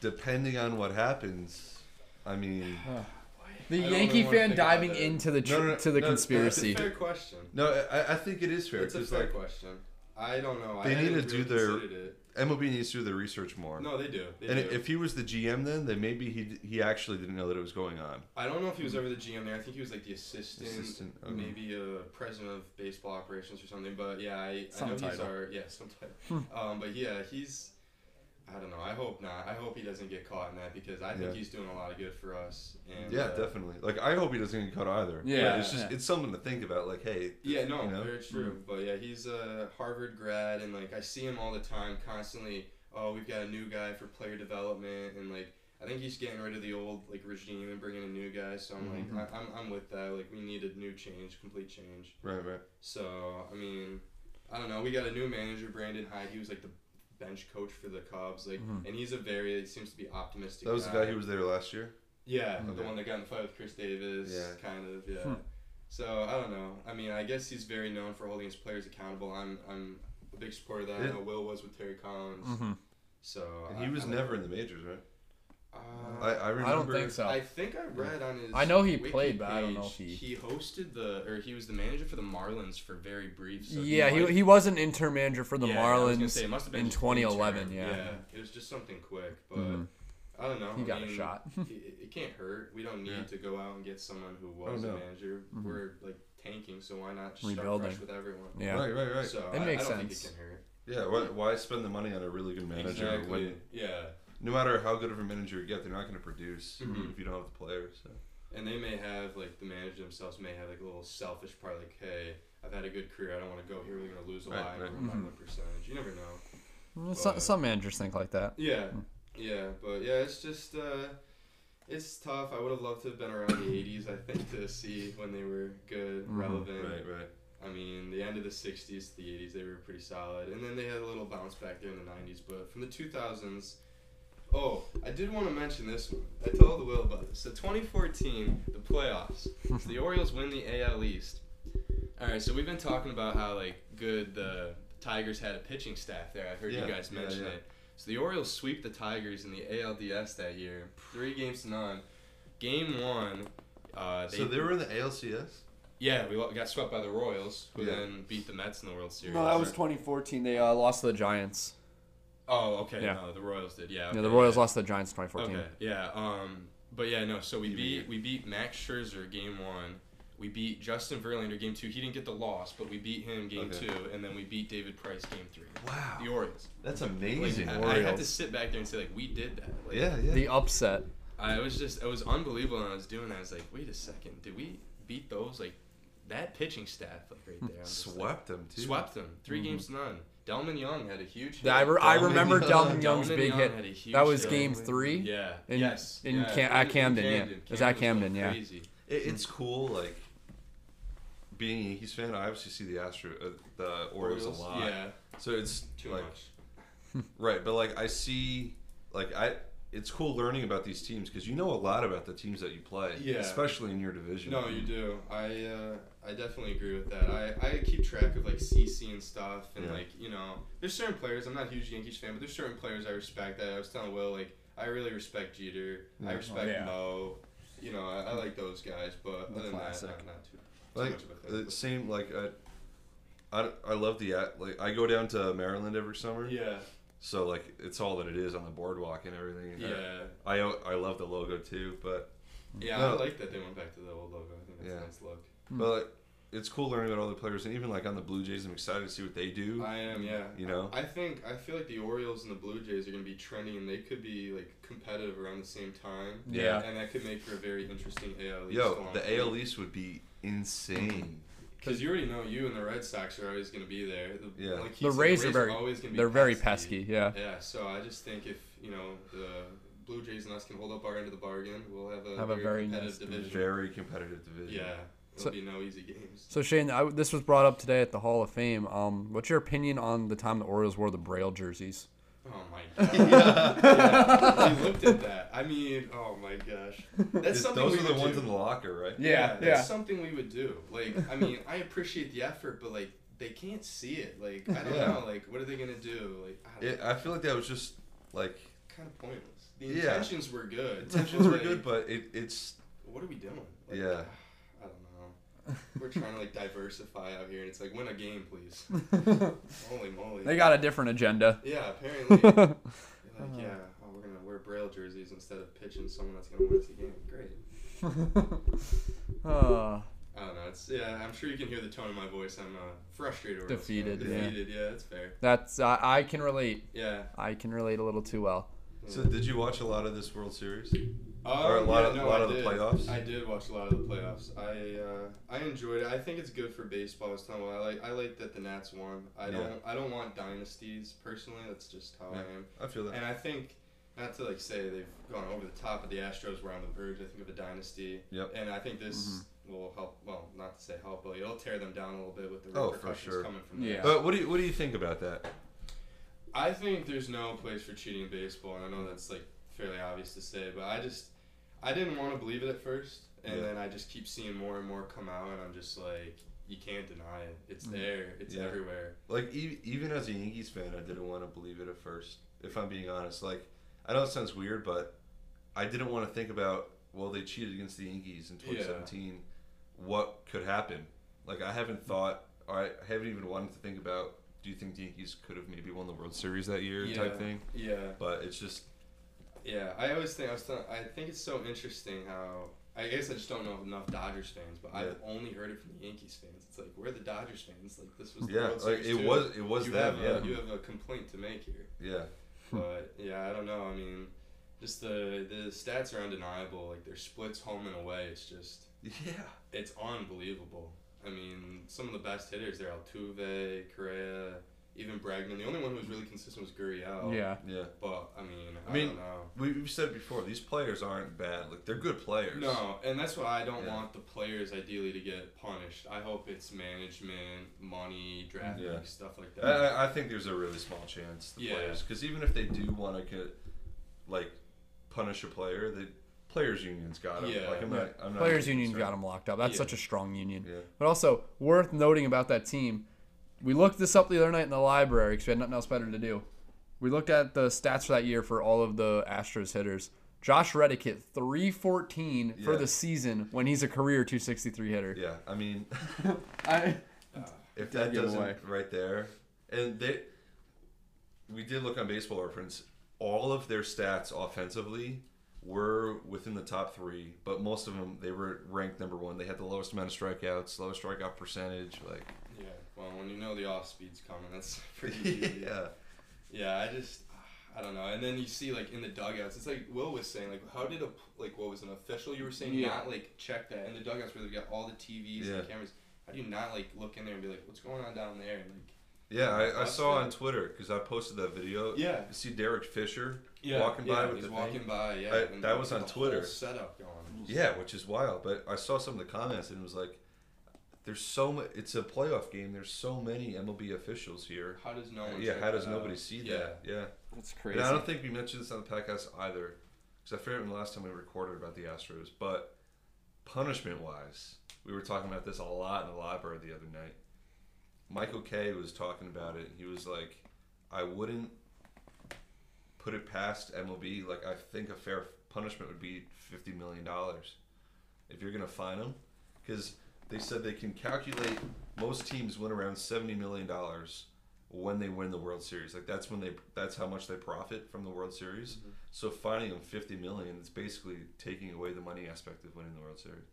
Speaker 2: Depending on what happens, I mean,
Speaker 1: The
Speaker 3: I don't
Speaker 1: Yankee
Speaker 3: really wanna
Speaker 1: fan
Speaker 3: think about
Speaker 1: diving
Speaker 3: that.
Speaker 1: into the tr-
Speaker 2: No, no, no,
Speaker 1: to the
Speaker 2: no,
Speaker 3: That's a
Speaker 1: conspiracy.
Speaker 3: fair question.
Speaker 2: no, I, I think it is fair
Speaker 3: It's a
Speaker 2: because
Speaker 3: fair
Speaker 2: like
Speaker 3: question. I don't know. I
Speaker 2: They need to
Speaker 3: hadn't really
Speaker 2: do their-
Speaker 3: considered it.
Speaker 2: MLB needs to do their research more.
Speaker 3: No, they do. They
Speaker 2: and
Speaker 3: do.
Speaker 2: if he was the GM then, then maybe he he actually didn't know that it was going on.
Speaker 3: I don't know if he was ever the GM there. I think he was like the assistant,
Speaker 2: Assistant, Mm-hmm. okay.
Speaker 3: maybe a president of baseball operations or something. But yeah, I, I
Speaker 1: Some
Speaker 3: know he's
Speaker 1: title.
Speaker 2: Hmm.
Speaker 3: our yeah, some type. um, but yeah, he's. I don't know. I hope not. I hope he doesn't get caught in that because I think
Speaker 2: Yeah.
Speaker 3: he's doing a lot of good for us. And,
Speaker 2: Yeah,
Speaker 3: uh,
Speaker 2: definitely. Like I hope he doesn't get cut either. But
Speaker 1: Yeah,
Speaker 2: it's just
Speaker 1: yeah.
Speaker 2: it's something to think about. Like, hey,
Speaker 3: Yeah, no,
Speaker 2: you know? Mm.
Speaker 3: very true. But yeah, he's a Harvard grad, and like I see him all the time, constantly. Oh, we've got a new guy for player development, and like I think he's getting rid of the old like regime and bringing in new guys. So I'm
Speaker 2: Mm-hmm.
Speaker 3: like, I, I'm I'm with that. Like we need a new change, complete change.
Speaker 2: right, right.
Speaker 3: So I mean, I don't know. We got a new manager, Brandon Hyde. He was like the bench coach for the Cubs, like,
Speaker 1: Mhm.
Speaker 3: and he's a very it seems to be optimistic.
Speaker 2: Mm-hmm. That was the guy who was there last year.
Speaker 3: Yeah,
Speaker 2: Mhm.
Speaker 3: the one that got in the fight with Chris Davis,
Speaker 2: Yeah.
Speaker 3: kind of. Yeah.
Speaker 1: Hmm.
Speaker 3: So I don't know. I mean, I guess he's very known for holding his players accountable. I'm I'm a big supporter of that. I
Speaker 2: Yeah.
Speaker 3: know Will was with Terry Collins.
Speaker 4: Hmm. Mm-hmm.
Speaker 3: So
Speaker 2: And
Speaker 3: I-
Speaker 2: he was
Speaker 3: I-
Speaker 2: never in the majors, right?
Speaker 3: Uh,
Speaker 2: I,
Speaker 3: I,
Speaker 2: I remember.
Speaker 4: I don't think so.
Speaker 3: think Uh, I read on his.
Speaker 4: I know he
Speaker 3: wiki
Speaker 4: played, but I don't know
Speaker 3: page,
Speaker 4: if he-
Speaker 3: He hosted the, or he was the manager for the Marlins for very brief. So
Speaker 4: yeah, he,
Speaker 3: might-
Speaker 4: he was an intern manager for the
Speaker 3: Yeah, I was gonna
Speaker 4: Marlins
Speaker 3: say, it must have been
Speaker 4: in
Speaker 3: just
Speaker 4: 2011.
Speaker 3: intern.
Speaker 4: Yeah.
Speaker 3: it was just something quick, but
Speaker 4: Mhm.
Speaker 3: I don't know.
Speaker 4: He
Speaker 3: I
Speaker 4: got a
Speaker 3: mean,
Speaker 4: shot.
Speaker 3: it, it can't hurt. We don't need
Speaker 2: Yeah. Oh,
Speaker 3: to go out and get someone who was
Speaker 2: no. Mm-hmm.
Speaker 3: a manager. We're like tanking, so why not just
Speaker 4: Rebuilding.
Speaker 3: start fresh with everyone?
Speaker 4: yeah.
Speaker 2: Right, right, right.
Speaker 3: So
Speaker 4: That
Speaker 3: I,
Speaker 4: makes
Speaker 3: I don't
Speaker 4: sense.
Speaker 3: think it can hurt.
Speaker 2: yeah. Why, why spend the money on a really good manager when
Speaker 3: Yeah,
Speaker 2: no matter how good of a manager you get, they're not going to produce
Speaker 3: Mhm.
Speaker 2: if you don't have the players. So.
Speaker 3: and they may have like the manager themselves may have like a little selfish part, like, hey, I've had a good career. I don't want to go here. We're gonna lose a
Speaker 2: Right,
Speaker 3: lot.
Speaker 2: right.
Speaker 3: We're gonna
Speaker 4: Mm-hmm.
Speaker 3: find the percentage. You never know.
Speaker 4: Well, some,
Speaker 3: But-
Speaker 4: some managers think like that.
Speaker 3: Yeah, yeah, but yeah, it's just uh, it's tough. I would have loved to have been around the '80s, I think, to see when they were good,
Speaker 4: Mhm.
Speaker 3: relevant.
Speaker 2: Right, right.
Speaker 3: I mean, the end of the '60s, to the '80s, they were pretty solid, and then they had a little bounce back there in the '90s. But from the 2000s, oh, I did want to mention this one. I told Will about this. So 2014, the playoffs. So the Orioles win the AL East. All right, so we've been talking about how like good the Tigers had a pitching staff there. I've heard
Speaker 2: Yeah,
Speaker 3: you guys
Speaker 2: yeah,
Speaker 3: mention
Speaker 2: yeah.
Speaker 3: it. So the Orioles sweep the Tigers in the ALDS that year, three games to none. Game one, uh, they,
Speaker 2: so they were in the ALCS.
Speaker 3: yeah, we lo- got swept by the Royals, who
Speaker 2: Yeah.
Speaker 3: then beat the Mets in the World Series.
Speaker 4: No, that was 2014. They uh, lost to the Giants.
Speaker 3: Oh, okay.
Speaker 4: Yeah.
Speaker 3: No, the Royals did. Yeah.
Speaker 4: yeah, the
Speaker 3: okay,
Speaker 4: Royals
Speaker 3: yeah.
Speaker 4: lost to the Giants in 2014.
Speaker 3: Okay. Yeah. Um. But yeah, no. So we
Speaker 2: Even
Speaker 3: beat
Speaker 2: year.
Speaker 3: we beat Max Scherzer game one. We beat Justin Verlander game two. He didn't get the loss, but we beat him game
Speaker 2: Okay.
Speaker 3: two, and then we beat David Price game three.
Speaker 2: Wow,
Speaker 3: The Orioles.
Speaker 2: that's
Speaker 3: Like,
Speaker 2: amazing.
Speaker 3: I, I had to sit back there and say like we did that. Like,
Speaker 2: yeah, yeah.
Speaker 4: The upset.
Speaker 3: I was just it was unbelievable when I was doing that. I was like, wait a second, did we beat those like that pitching staff like
Speaker 2: Hmm.
Speaker 3: right there? I'm just like-
Speaker 2: swept them too.
Speaker 3: Swept them 3 games to none. Delman Young had a huge. Hit.
Speaker 4: Mm-hmm. I, re- I
Speaker 2: Delman
Speaker 4: remember
Speaker 2: Young-
Speaker 4: Delvin Young's
Speaker 3: Delman
Speaker 4: big
Speaker 3: Young
Speaker 4: hit.
Speaker 3: had a huge
Speaker 4: That was
Speaker 3: hit.
Speaker 4: game three.
Speaker 3: Yeah.
Speaker 4: In-
Speaker 3: yes.
Speaker 4: in
Speaker 3: yeah.
Speaker 4: Cam- at Camden, yeah. It was at
Speaker 3: Camden's
Speaker 4: Camden,
Speaker 3: going
Speaker 4: yeah.
Speaker 3: Crazy.
Speaker 2: It, it's cool, like being a Yankees fan. I obviously see the Astro, uh, the Orioles, a lot.
Speaker 3: Yeah.
Speaker 2: So it's
Speaker 3: Too
Speaker 2: like
Speaker 3: much.
Speaker 2: right, but like I see, like I, it's cool learning about these teams because you know a lot about the teams that you play.
Speaker 3: Yeah.
Speaker 2: Especially in your division.
Speaker 3: No, you do. I uh, I definitely agree with that. I, I keep track of like CC and stuff, and
Speaker 2: Yeah.
Speaker 3: like you know, there's certain players. I'm not a huge Yankees fan, but there's certain players I respect. That I was telling Will like I really respect Jeter.
Speaker 2: Yeah.
Speaker 3: I
Speaker 2: Oh,
Speaker 3: respect
Speaker 4: yeah.
Speaker 3: Mo. You know, I, I like those guys, but
Speaker 1: The
Speaker 3: other than that,
Speaker 1: classic.
Speaker 3: not, not too, too
Speaker 2: Like
Speaker 3: much of a thing.
Speaker 2: the same, like I. I, I love the at like I go down to Maryland every summer,
Speaker 3: yeah,
Speaker 2: so like it's all that it is on the boardwalk and everything.
Speaker 3: yeah,
Speaker 2: I I love the logo too, but
Speaker 3: yeah.
Speaker 2: No.
Speaker 3: I like that they went back to the old logo. I think that's
Speaker 2: Yeah.
Speaker 3: a nice look.
Speaker 2: but like, it's cool learning about all the players and even like on the Blue Jays, I'm excited to see what they do.
Speaker 3: I am, yeah.
Speaker 2: you know,
Speaker 3: I think I feel like the Orioles and the Blue Jays are going to be trending, and they could be like competitive around the same time.
Speaker 4: Yeah.
Speaker 3: and that could make for a very interesting AL East.
Speaker 2: Yo, the E AL East would be insane.
Speaker 3: because you already know you and the Red Sox are always going to be there. The,
Speaker 2: Yeah.
Speaker 3: like he
Speaker 4: The
Speaker 3: said,
Speaker 4: Rays are very.
Speaker 3: always gonna be
Speaker 4: They're very pesky. Yeah.
Speaker 3: Yeah, so I just think if you know the Blue Jays and us can hold up our end of the bargain, we'll have a
Speaker 4: Have a
Speaker 3: very
Speaker 4: very
Speaker 3: competitive
Speaker 4: nice
Speaker 3: division.
Speaker 2: Very competitive division.
Speaker 3: Yeah, it'll
Speaker 4: So-
Speaker 3: be no easy games.
Speaker 4: So Shane, I, this was brought up today at the Hall of Fame. Um, what's your opinion on the time the Orioles wore the Braille jerseys?
Speaker 3: Oh my god. yeah. We looked at that. I mean, oh my gosh. That's
Speaker 2: Just-
Speaker 3: something
Speaker 2: those
Speaker 3: we
Speaker 2: are the
Speaker 3: would
Speaker 2: ones
Speaker 3: do.
Speaker 2: in the locker, right?
Speaker 1: Yeah,
Speaker 3: that's
Speaker 1: yeah.
Speaker 3: something we would do. Like, I mean, I appreciate the effort, but like, they can't see it. Like, I don't
Speaker 2: Yeah.
Speaker 3: know. Like, what are they gonna do? Like, I don't
Speaker 2: It, I feel like that was just like
Speaker 3: kind of pointless. The
Speaker 2: Yeah.
Speaker 3: intentions were good.
Speaker 2: intentions were
Speaker 3: Like,
Speaker 2: good, but it, it's
Speaker 3: What are we doing? Like, ah,
Speaker 2: Yeah.
Speaker 3: I don't know. We're trying to like diversify out here, and it's like, win a game, please. Holy moly.
Speaker 4: They got a different agenda.
Speaker 3: Yeah, apparently. You're like, yeah, oh, we're gonna wear braille jerseys instead of pitching someone that's gonna win us the game. Great.
Speaker 4: Ah,
Speaker 3: I don't know. It's yeah. I'm sure you can hear the tone of my voice. I'm uh, frustrated. Or
Speaker 4: Defeated, yeah.
Speaker 3: Defeated. Yeah. that's fair.
Speaker 4: That's I I can relate.
Speaker 3: Yeah.
Speaker 4: I can relate a little too well.
Speaker 2: So did you watch a lot of this World Series?
Speaker 3: Oh,
Speaker 2: Or a lot
Speaker 3: yeah,
Speaker 2: of-
Speaker 3: no,
Speaker 2: lot
Speaker 3: I
Speaker 2: of the
Speaker 3: did.
Speaker 2: playoffs?
Speaker 3: I did watch a lot of the playoffs. I uh, I enjoyed it. I think it's good for baseball. I was telling you, I like I like that the Nats won. I
Speaker 2: Yeah.
Speaker 3: don't I don't want dynasties personally. That's just how I am.
Speaker 2: I feel that.
Speaker 3: And I think not to like say they've gone over the top, but the Astros were on the verge. I think of a dynasty.
Speaker 2: Yep. Mm-hmm.
Speaker 3: And I think this will help. Well, not to say help, but it'll tear them down a little bit with the
Speaker 2: Oh, for
Speaker 3: repercussions
Speaker 2: sure.
Speaker 3: coming from
Speaker 1: Yeah.
Speaker 3: that.
Speaker 2: But what do you what do you think about that?
Speaker 3: I think there's no place for cheating in baseball, and I know that's like fairly obvious to say, but I just I didn't want to believe it at first, and
Speaker 2: Yeah.
Speaker 3: then I just keep seeing more and more come out, and I'm just like, you can't deny it. It's there. It's
Speaker 2: Mm. Yeah.
Speaker 3: everywhere.
Speaker 2: Like e- even as a Yankees fan, I didn't want to believe it at first. If I'm being honest, like I know it sounds weird, but I didn't want to think about well they cheated against the Yankees in
Speaker 3: Yeah.
Speaker 2: 2017. What could happen? Like I haven't thought, or I I haven't even wanted to think about. Do you think the Yankees could have maybe won the World Series that year? Type
Speaker 3: Yeah.
Speaker 2: thing.
Speaker 3: Yeah.
Speaker 2: But it's just
Speaker 3: Yeah, I always think I was. Telling, I think it's so interesting how I guess I just don't know enough Dodgers fans, but I've only heard it from the Yankees fans. It's like we're the Dodgers fans. Like this was the
Speaker 2: yeah,
Speaker 3: World
Speaker 2: like
Speaker 3: Series
Speaker 2: it
Speaker 3: too.
Speaker 2: was it was
Speaker 3: you
Speaker 2: them.
Speaker 3: have uh,
Speaker 2: Yeah,
Speaker 3: a, you have a complaint to make here,
Speaker 2: yeah.
Speaker 3: but yeah, I don't know. I mean, just the the stats are undeniable. Like their splits home and away, it's just
Speaker 2: Yeah.
Speaker 3: it's unbelievable. I mean, some of the best hitters there: Altuve, Correa, even Bregman. The only one who was really consistent was
Speaker 2: Oh,
Speaker 3: Gurriel.
Speaker 4: Yeah.
Speaker 2: Yeah.
Speaker 3: but I mean, I,
Speaker 2: I mean,
Speaker 3: don't know.
Speaker 2: We, we've said before, these players aren't bad. Like, they're good players.
Speaker 3: No, and that's why I don't
Speaker 2: Yeah.
Speaker 3: want the players ideally to get punished. I hope it's management, money, draft
Speaker 2: Yeah. Uh,
Speaker 3: picks, stuff like
Speaker 2: I-
Speaker 3: that.
Speaker 2: I, I think there's a really small chance the
Speaker 3: Yeah.
Speaker 2: players, because even if they do want to get, like, punish a player, the players unions got them.
Speaker 3: Yeah.
Speaker 2: Like, I'm not. I'm not
Speaker 4: Players union
Speaker 2: concerned.
Speaker 4: got them locked up. That's
Speaker 3: Yeah.
Speaker 4: such a strong union.
Speaker 2: Yeah.
Speaker 4: But also worth noting about that team, we looked this up the other night in the library because we had nothing else better to do. We looked at the stats for that year for all of the Astros hitters. Josh Reddick hit 314 for
Speaker 2: Yeah.
Speaker 4: the season when he's a career 263 hitter.
Speaker 2: Yeah. I mean,
Speaker 1: I
Speaker 2: if
Speaker 1: Dead
Speaker 2: that doesn't
Speaker 1: giveaway.
Speaker 2: right there, and they, we did look on Baseball Reference. All of their stats offensively were within the top three, but most of them they were ranked number one. They had the lowest amount of strikeouts, lowest strikeout percentage. Like,
Speaker 3: yeah. Well, when you know the off speed's coming, that's pretty easy. yeah.
Speaker 2: yeah,
Speaker 3: I just I don't know. And then you see like in the dugouts, it's like Will was saying, like how did a like what was an official you were saying
Speaker 1: Yeah.
Speaker 3: not like check that in the dugouts where they've got all the TVs
Speaker 2: Yeah.
Speaker 3: and cameras. How do you not like look in there and be like, what's going on down there? And like
Speaker 2: yeah. I, I
Speaker 3: That's
Speaker 2: saw
Speaker 3: the-
Speaker 2: on Twitter because I posted that video.
Speaker 3: Yeah.
Speaker 2: you see Derek Fisher walking by with
Speaker 3: he's
Speaker 2: the
Speaker 3: walking
Speaker 2: thing.
Speaker 3: by, yeah.
Speaker 2: I-
Speaker 3: and
Speaker 2: that was
Speaker 3: the
Speaker 2: on
Speaker 3: whole
Speaker 2: Twitter.
Speaker 3: Setup going.
Speaker 2: Yeah, which is wild. But I saw some of the comments and it was like, "There's so much. It's a playoff game. There's so many MLB officials here.
Speaker 3: How does no one?
Speaker 2: yeah,
Speaker 3: check
Speaker 2: how does
Speaker 3: that
Speaker 2: nobody
Speaker 3: out?
Speaker 2: see
Speaker 3: Yeah.
Speaker 2: that? Yeah,
Speaker 1: that's
Speaker 2: and
Speaker 1: crazy.
Speaker 2: I don't think we mentioned this on the podcast either, because I forget when the last time we recorded about the Astros. But punishment-wise, we were talking about this a lot in the library the other night. Michael Kay was talking about it. He was like, "I wouldn't put it past MLB. Like, I think a fair punishment would be fifty million dollars if you're gonna fine them, because they said they can calculate most teams win around seventy million dollars when they win the World Series. Like that's when they that's how much they profit from the World Series. So fining them fifty million, it's basically taking away the money aspect of winning the World Series,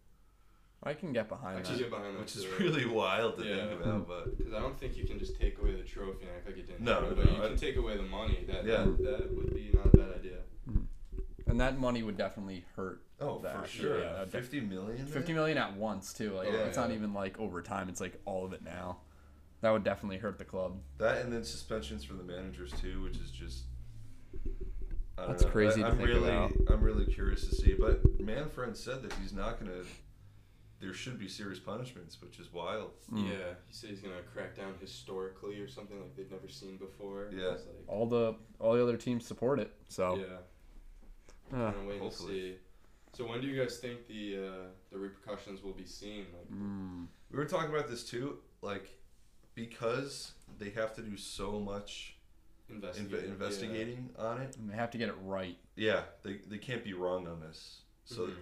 Speaker 4: I can get behind
Speaker 3: Which
Speaker 4: that.
Speaker 3: is, behind
Speaker 2: which is really wild to
Speaker 3: Yeah.
Speaker 2: think about. But
Speaker 3: because I don't think you can just take away the trophy and act like it didn't.
Speaker 2: No,
Speaker 3: happen,
Speaker 2: no,
Speaker 3: but you
Speaker 2: I-
Speaker 3: can take away the money. That
Speaker 2: Yeah.
Speaker 3: that, that would be not a bad idea.
Speaker 4: And that money would definitely hurt.
Speaker 2: oh,
Speaker 4: that.
Speaker 2: for sure,
Speaker 4: Yeah, that'd def-
Speaker 2: fifty million.
Speaker 4: 50 million at once too. Like
Speaker 2: Oh,
Speaker 4: it's not
Speaker 3: yeah.
Speaker 4: even like over time. It's like all of it now. That would definitely hurt the club.
Speaker 2: That and then suspensions for the managers too, which is just. I don't
Speaker 4: That's
Speaker 2: know.
Speaker 4: crazy
Speaker 2: I,
Speaker 4: to
Speaker 2: I'm
Speaker 4: think
Speaker 2: really,
Speaker 4: about.
Speaker 2: I'm really curious to see. But Manfred said that he's not gonna. There should be serious punishments, which is wild.
Speaker 3: Yeah, he said he's gonna crack down historically or something like they've never seen before.
Speaker 2: Yeah.
Speaker 3: It's like,
Speaker 4: All the all the other teams support it. So
Speaker 3: yeah.
Speaker 4: uh,
Speaker 3: Kinda wait and
Speaker 2: hopefully.
Speaker 3: see. So when do you guys think the uh, the repercussions will be seen? Like,
Speaker 4: mm,
Speaker 2: We were talking about this too, like because they have to do so much inve-
Speaker 3: investigating. yeah.
Speaker 2: investigating on it.
Speaker 4: and they have to get it right.
Speaker 2: Yeah, they, they can't be wrong on this. So
Speaker 3: Mhm.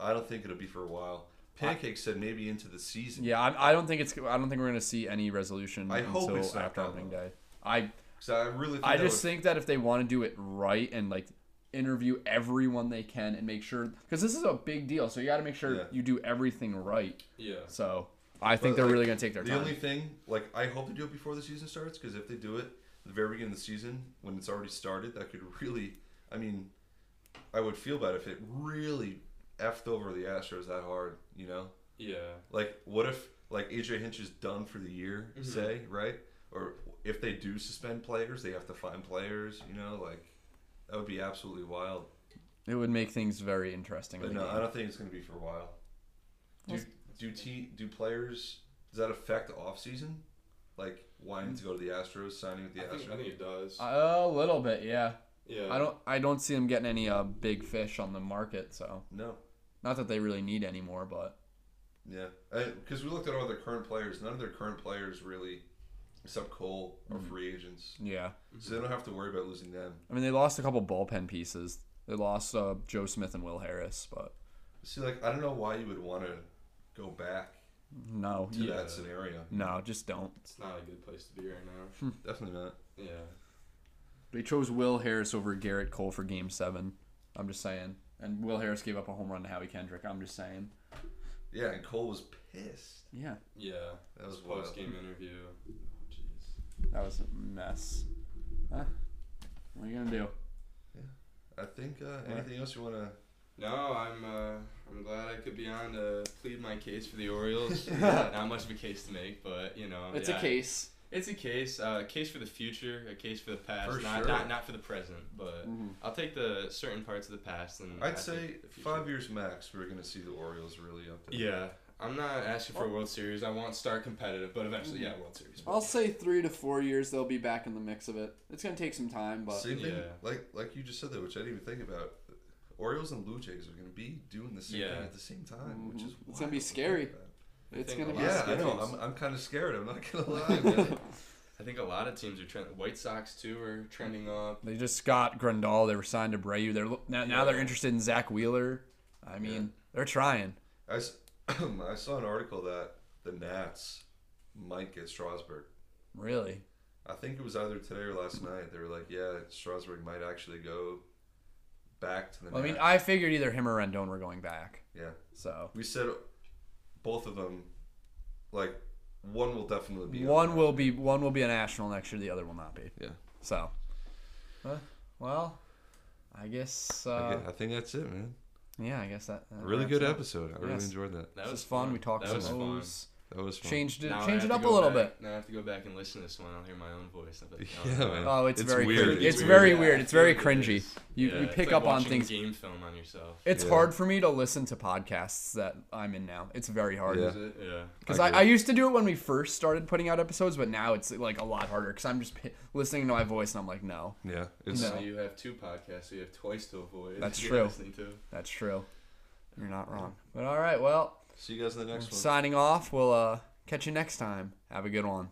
Speaker 2: I don't think it'll be for a while. Pancake said maybe into the season.
Speaker 4: Yeah, I, I don't think it's. I don't think we're gonna see any resolution
Speaker 2: I hope
Speaker 4: until
Speaker 2: it's not
Speaker 4: after
Speaker 2: that
Speaker 4: opening
Speaker 2: long.
Speaker 4: day. I
Speaker 2: 'Cause I really think
Speaker 4: I
Speaker 2: that
Speaker 4: just
Speaker 2: would-
Speaker 4: think that if they want to do it right and like
Speaker 1: interview everyone they can and make sure because this is a big deal. So you got to make sure
Speaker 2: Yeah.
Speaker 1: you do everything right.
Speaker 5: Yeah.
Speaker 1: So I think
Speaker 2: But,
Speaker 1: they're
Speaker 2: like,
Speaker 1: really going to take their
Speaker 2: The
Speaker 1: time.
Speaker 2: only thing, like, I hope they do it before the season starts because if they do it at the very beginning of the season when it's already started, that could really, I mean, I would feel bad if it really effed over the Astros that hard, you know?
Speaker 5: Yeah.
Speaker 2: Like, what if like AJ Hinch is done for the year,
Speaker 5: Mm-hmm.
Speaker 2: say, right? Or if they do suspend players, they have to find players, you know? Like, that would be absolutely wild.
Speaker 1: it would make things very interesting. in
Speaker 2: But
Speaker 1: the
Speaker 2: no,
Speaker 1: game.
Speaker 2: I don't think it's going to be for a while. Do do te- do players? Does that affect off season? Like wanting to go to the Astros, signing with the
Speaker 5: I think, I
Speaker 2: Astros.
Speaker 5: think it does.
Speaker 1: a little bit, yeah.
Speaker 5: yeah.
Speaker 1: I don't. I don't see them getting any uh, big fish on the market. So
Speaker 2: No,
Speaker 1: not that they really need any more, but
Speaker 2: yeah, because we looked at all their current players. None of their current players really, except Cole, are
Speaker 5: Mm-hmm.
Speaker 2: free agents,
Speaker 1: yeah.
Speaker 2: so they don't have to worry about losing them.
Speaker 1: I mean, they lost a couple bullpen pieces. They lost uh, Joe Smith and Will Harris, but
Speaker 2: See, like I don't know why you would want to go back
Speaker 1: no,
Speaker 2: to
Speaker 1: you-
Speaker 5: Yeah.
Speaker 2: that scenario.
Speaker 1: no, just don't.
Speaker 5: It's not a good place to be right now.
Speaker 2: Definitely not.
Speaker 5: yeah.
Speaker 1: They chose Will Harris over Garrett Cole for Game Seven. I'm just saying. And Will Harris gave up a home run to Howie Kendrick. I'm just saying.
Speaker 2: Yeah, and Cole was pissed.
Speaker 1: Yeah,
Speaker 5: Yeah.
Speaker 2: That was wild.
Speaker 5: Post game interview. Jeez.
Speaker 1: that was a mess. Huh? What are you gonna do?
Speaker 2: I think. Uh, anything else you want to?
Speaker 3: No, I'm uh, I'm glad I could be on to plead my case for the Orioles. Not much of a case to make, but you know, yeah,
Speaker 1: case.
Speaker 3: It's a case, uh, a case for the future, a case for the past,
Speaker 2: For
Speaker 3: not,
Speaker 2: sure.
Speaker 3: not not for the present. But
Speaker 1: Mhm.
Speaker 3: I'll take the certain parts of the past, and Mm, I
Speaker 2: I'd say
Speaker 3: think the future.
Speaker 2: five years max. We're gonna see the Orioles really up there.
Speaker 3: Yeah, I'm not asking for a World Series. I want star competitive, but eventually, yeah, World Series.
Speaker 1: I'll say three to four years they'll be back in the mix of it. It's gonna take some time, but
Speaker 2: Same thing,
Speaker 3: Yeah.
Speaker 2: like like you just said though, which I didn't even think about. Orioles and Blue Jays are going to be doing the same
Speaker 3: Yeah.
Speaker 2: thing at the same time, which is
Speaker 1: It's gonna be
Speaker 2: wild.
Speaker 1: scary.
Speaker 3: I
Speaker 1: it's
Speaker 3: think
Speaker 1: gonna
Speaker 3: a
Speaker 1: be.
Speaker 3: lot of
Speaker 2: Yeah, I
Speaker 3: scary.
Speaker 2: know. I'm, I'm kind of scared. I'm not gonna lie. man.
Speaker 3: I think a lot of teams are trending. White Sox too are trending up.
Speaker 1: They just got Grandal. They were signed to Brayu. They're lo- now, now they're interested in Zach Wheeler. I mean, they're trying.
Speaker 2: I, s- I saw an article that the Nats might get Strasburg.
Speaker 1: Really,
Speaker 2: I think it was either today or last night. They were like, "Yeah, Strasburg might actually go back to the."
Speaker 1: I mean,
Speaker 2: Nats.
Speaker 1: I figured either him or Rendon were going back.
Speaker 2: yeah.
Speaker 1: So
Speaker 2: We said both of them, like one will definitely be on
Speaker 1: one
Speaker 2: there.
Speaker 1: will be one will be a national next year. The other will not be.
Speaker 2: Yeah.
Speaker 1: So, huh, well, I guess. Uh,
Speaker 2: I get- I think that's it, man.
Speaker 1: Yeah, I guess that. that
Speaker 2: Really
Speaker 1: wraps
Speaker 2: good
Speaker 1: it up.
Speaker 2: episode. I really
Speaker 1: Yes.
Speaker 2: enjoyed that.
Speaker 3: That
Speaker 1: This was fun. We talked
Speaker 3: That was
Speaker 1: some
Speaker 3: fun.
Speaker 1: O's.
Speaker 2: That was fun.
Speaker 1: Changed it.
Speaker 3: Now I
Speaker 1: Change
Speaker 3: have
Speaker 1: it
Speaker 3: to
Speaker 1: up a
Speaker 3: go
Speaker 1: little bit.
Speaker 3: back- Now I have to go back and listen to this one. I'll hear my own voice. I'll be like,
Speaker 2: Yeah,
Speaker 3: no,
Speaker 2: man.
Speaker 3: no.
Speaker 1: Oh, it's,
Speaker 2: It's
Speaker 1: very
Speaker 2: weird.
Speaker 1: cringe-
Speaker 2: It's
Speaker 1: It's, very
Speaker 3: Yeah,
Speaker 1: weird.
Speaker 3: I
Speaker 1: It's
Speaker 3: feel
Speaker 1: very
Speaker 3: like it
Speaker 1: cringy.
Speaker 3: is.
Speaker 1: You
Speaker 3: Yeah,
Speaker 1: you
Speaker 3: it's
Speaker 1: pick
Speaker 3: like
Speaker 1: up on
Speaker 3: watching
Speaker 1: things
Speaker 3: Game film on yourself.
Speaker 1: It's
Speaker 2: Yeah.
Speaker 1: hard for me to listen to podcasts that I'm in now. It's very hard.
Speaker 2: Yeah.
Speaker 3: Is it? Yeah.
Speaker 1: Because
Speaker 2: I
Speaker 1: I,
Speaker 2: agree.
Speaker 1: I, used to do it when we first started putting out episodes, but now it's like a lot harder because I'm just p- listening to my voice and I'm like, no,
Speaker 2: Yeah, it's
Speaker 1: No.
Speaker 3: So you have two podcasts, so you have twice to avoid.
Speaker 1: That's
Speaker 3: you're
Speaker 1: true.
Speaker 3: Listening to.
Speaker 1: that's true. You're not wrong. But all right, well,
Speaker 2: See you guys in the next one.
Speaker 1: signing off. We'll uh, catch you next time. Have a good one.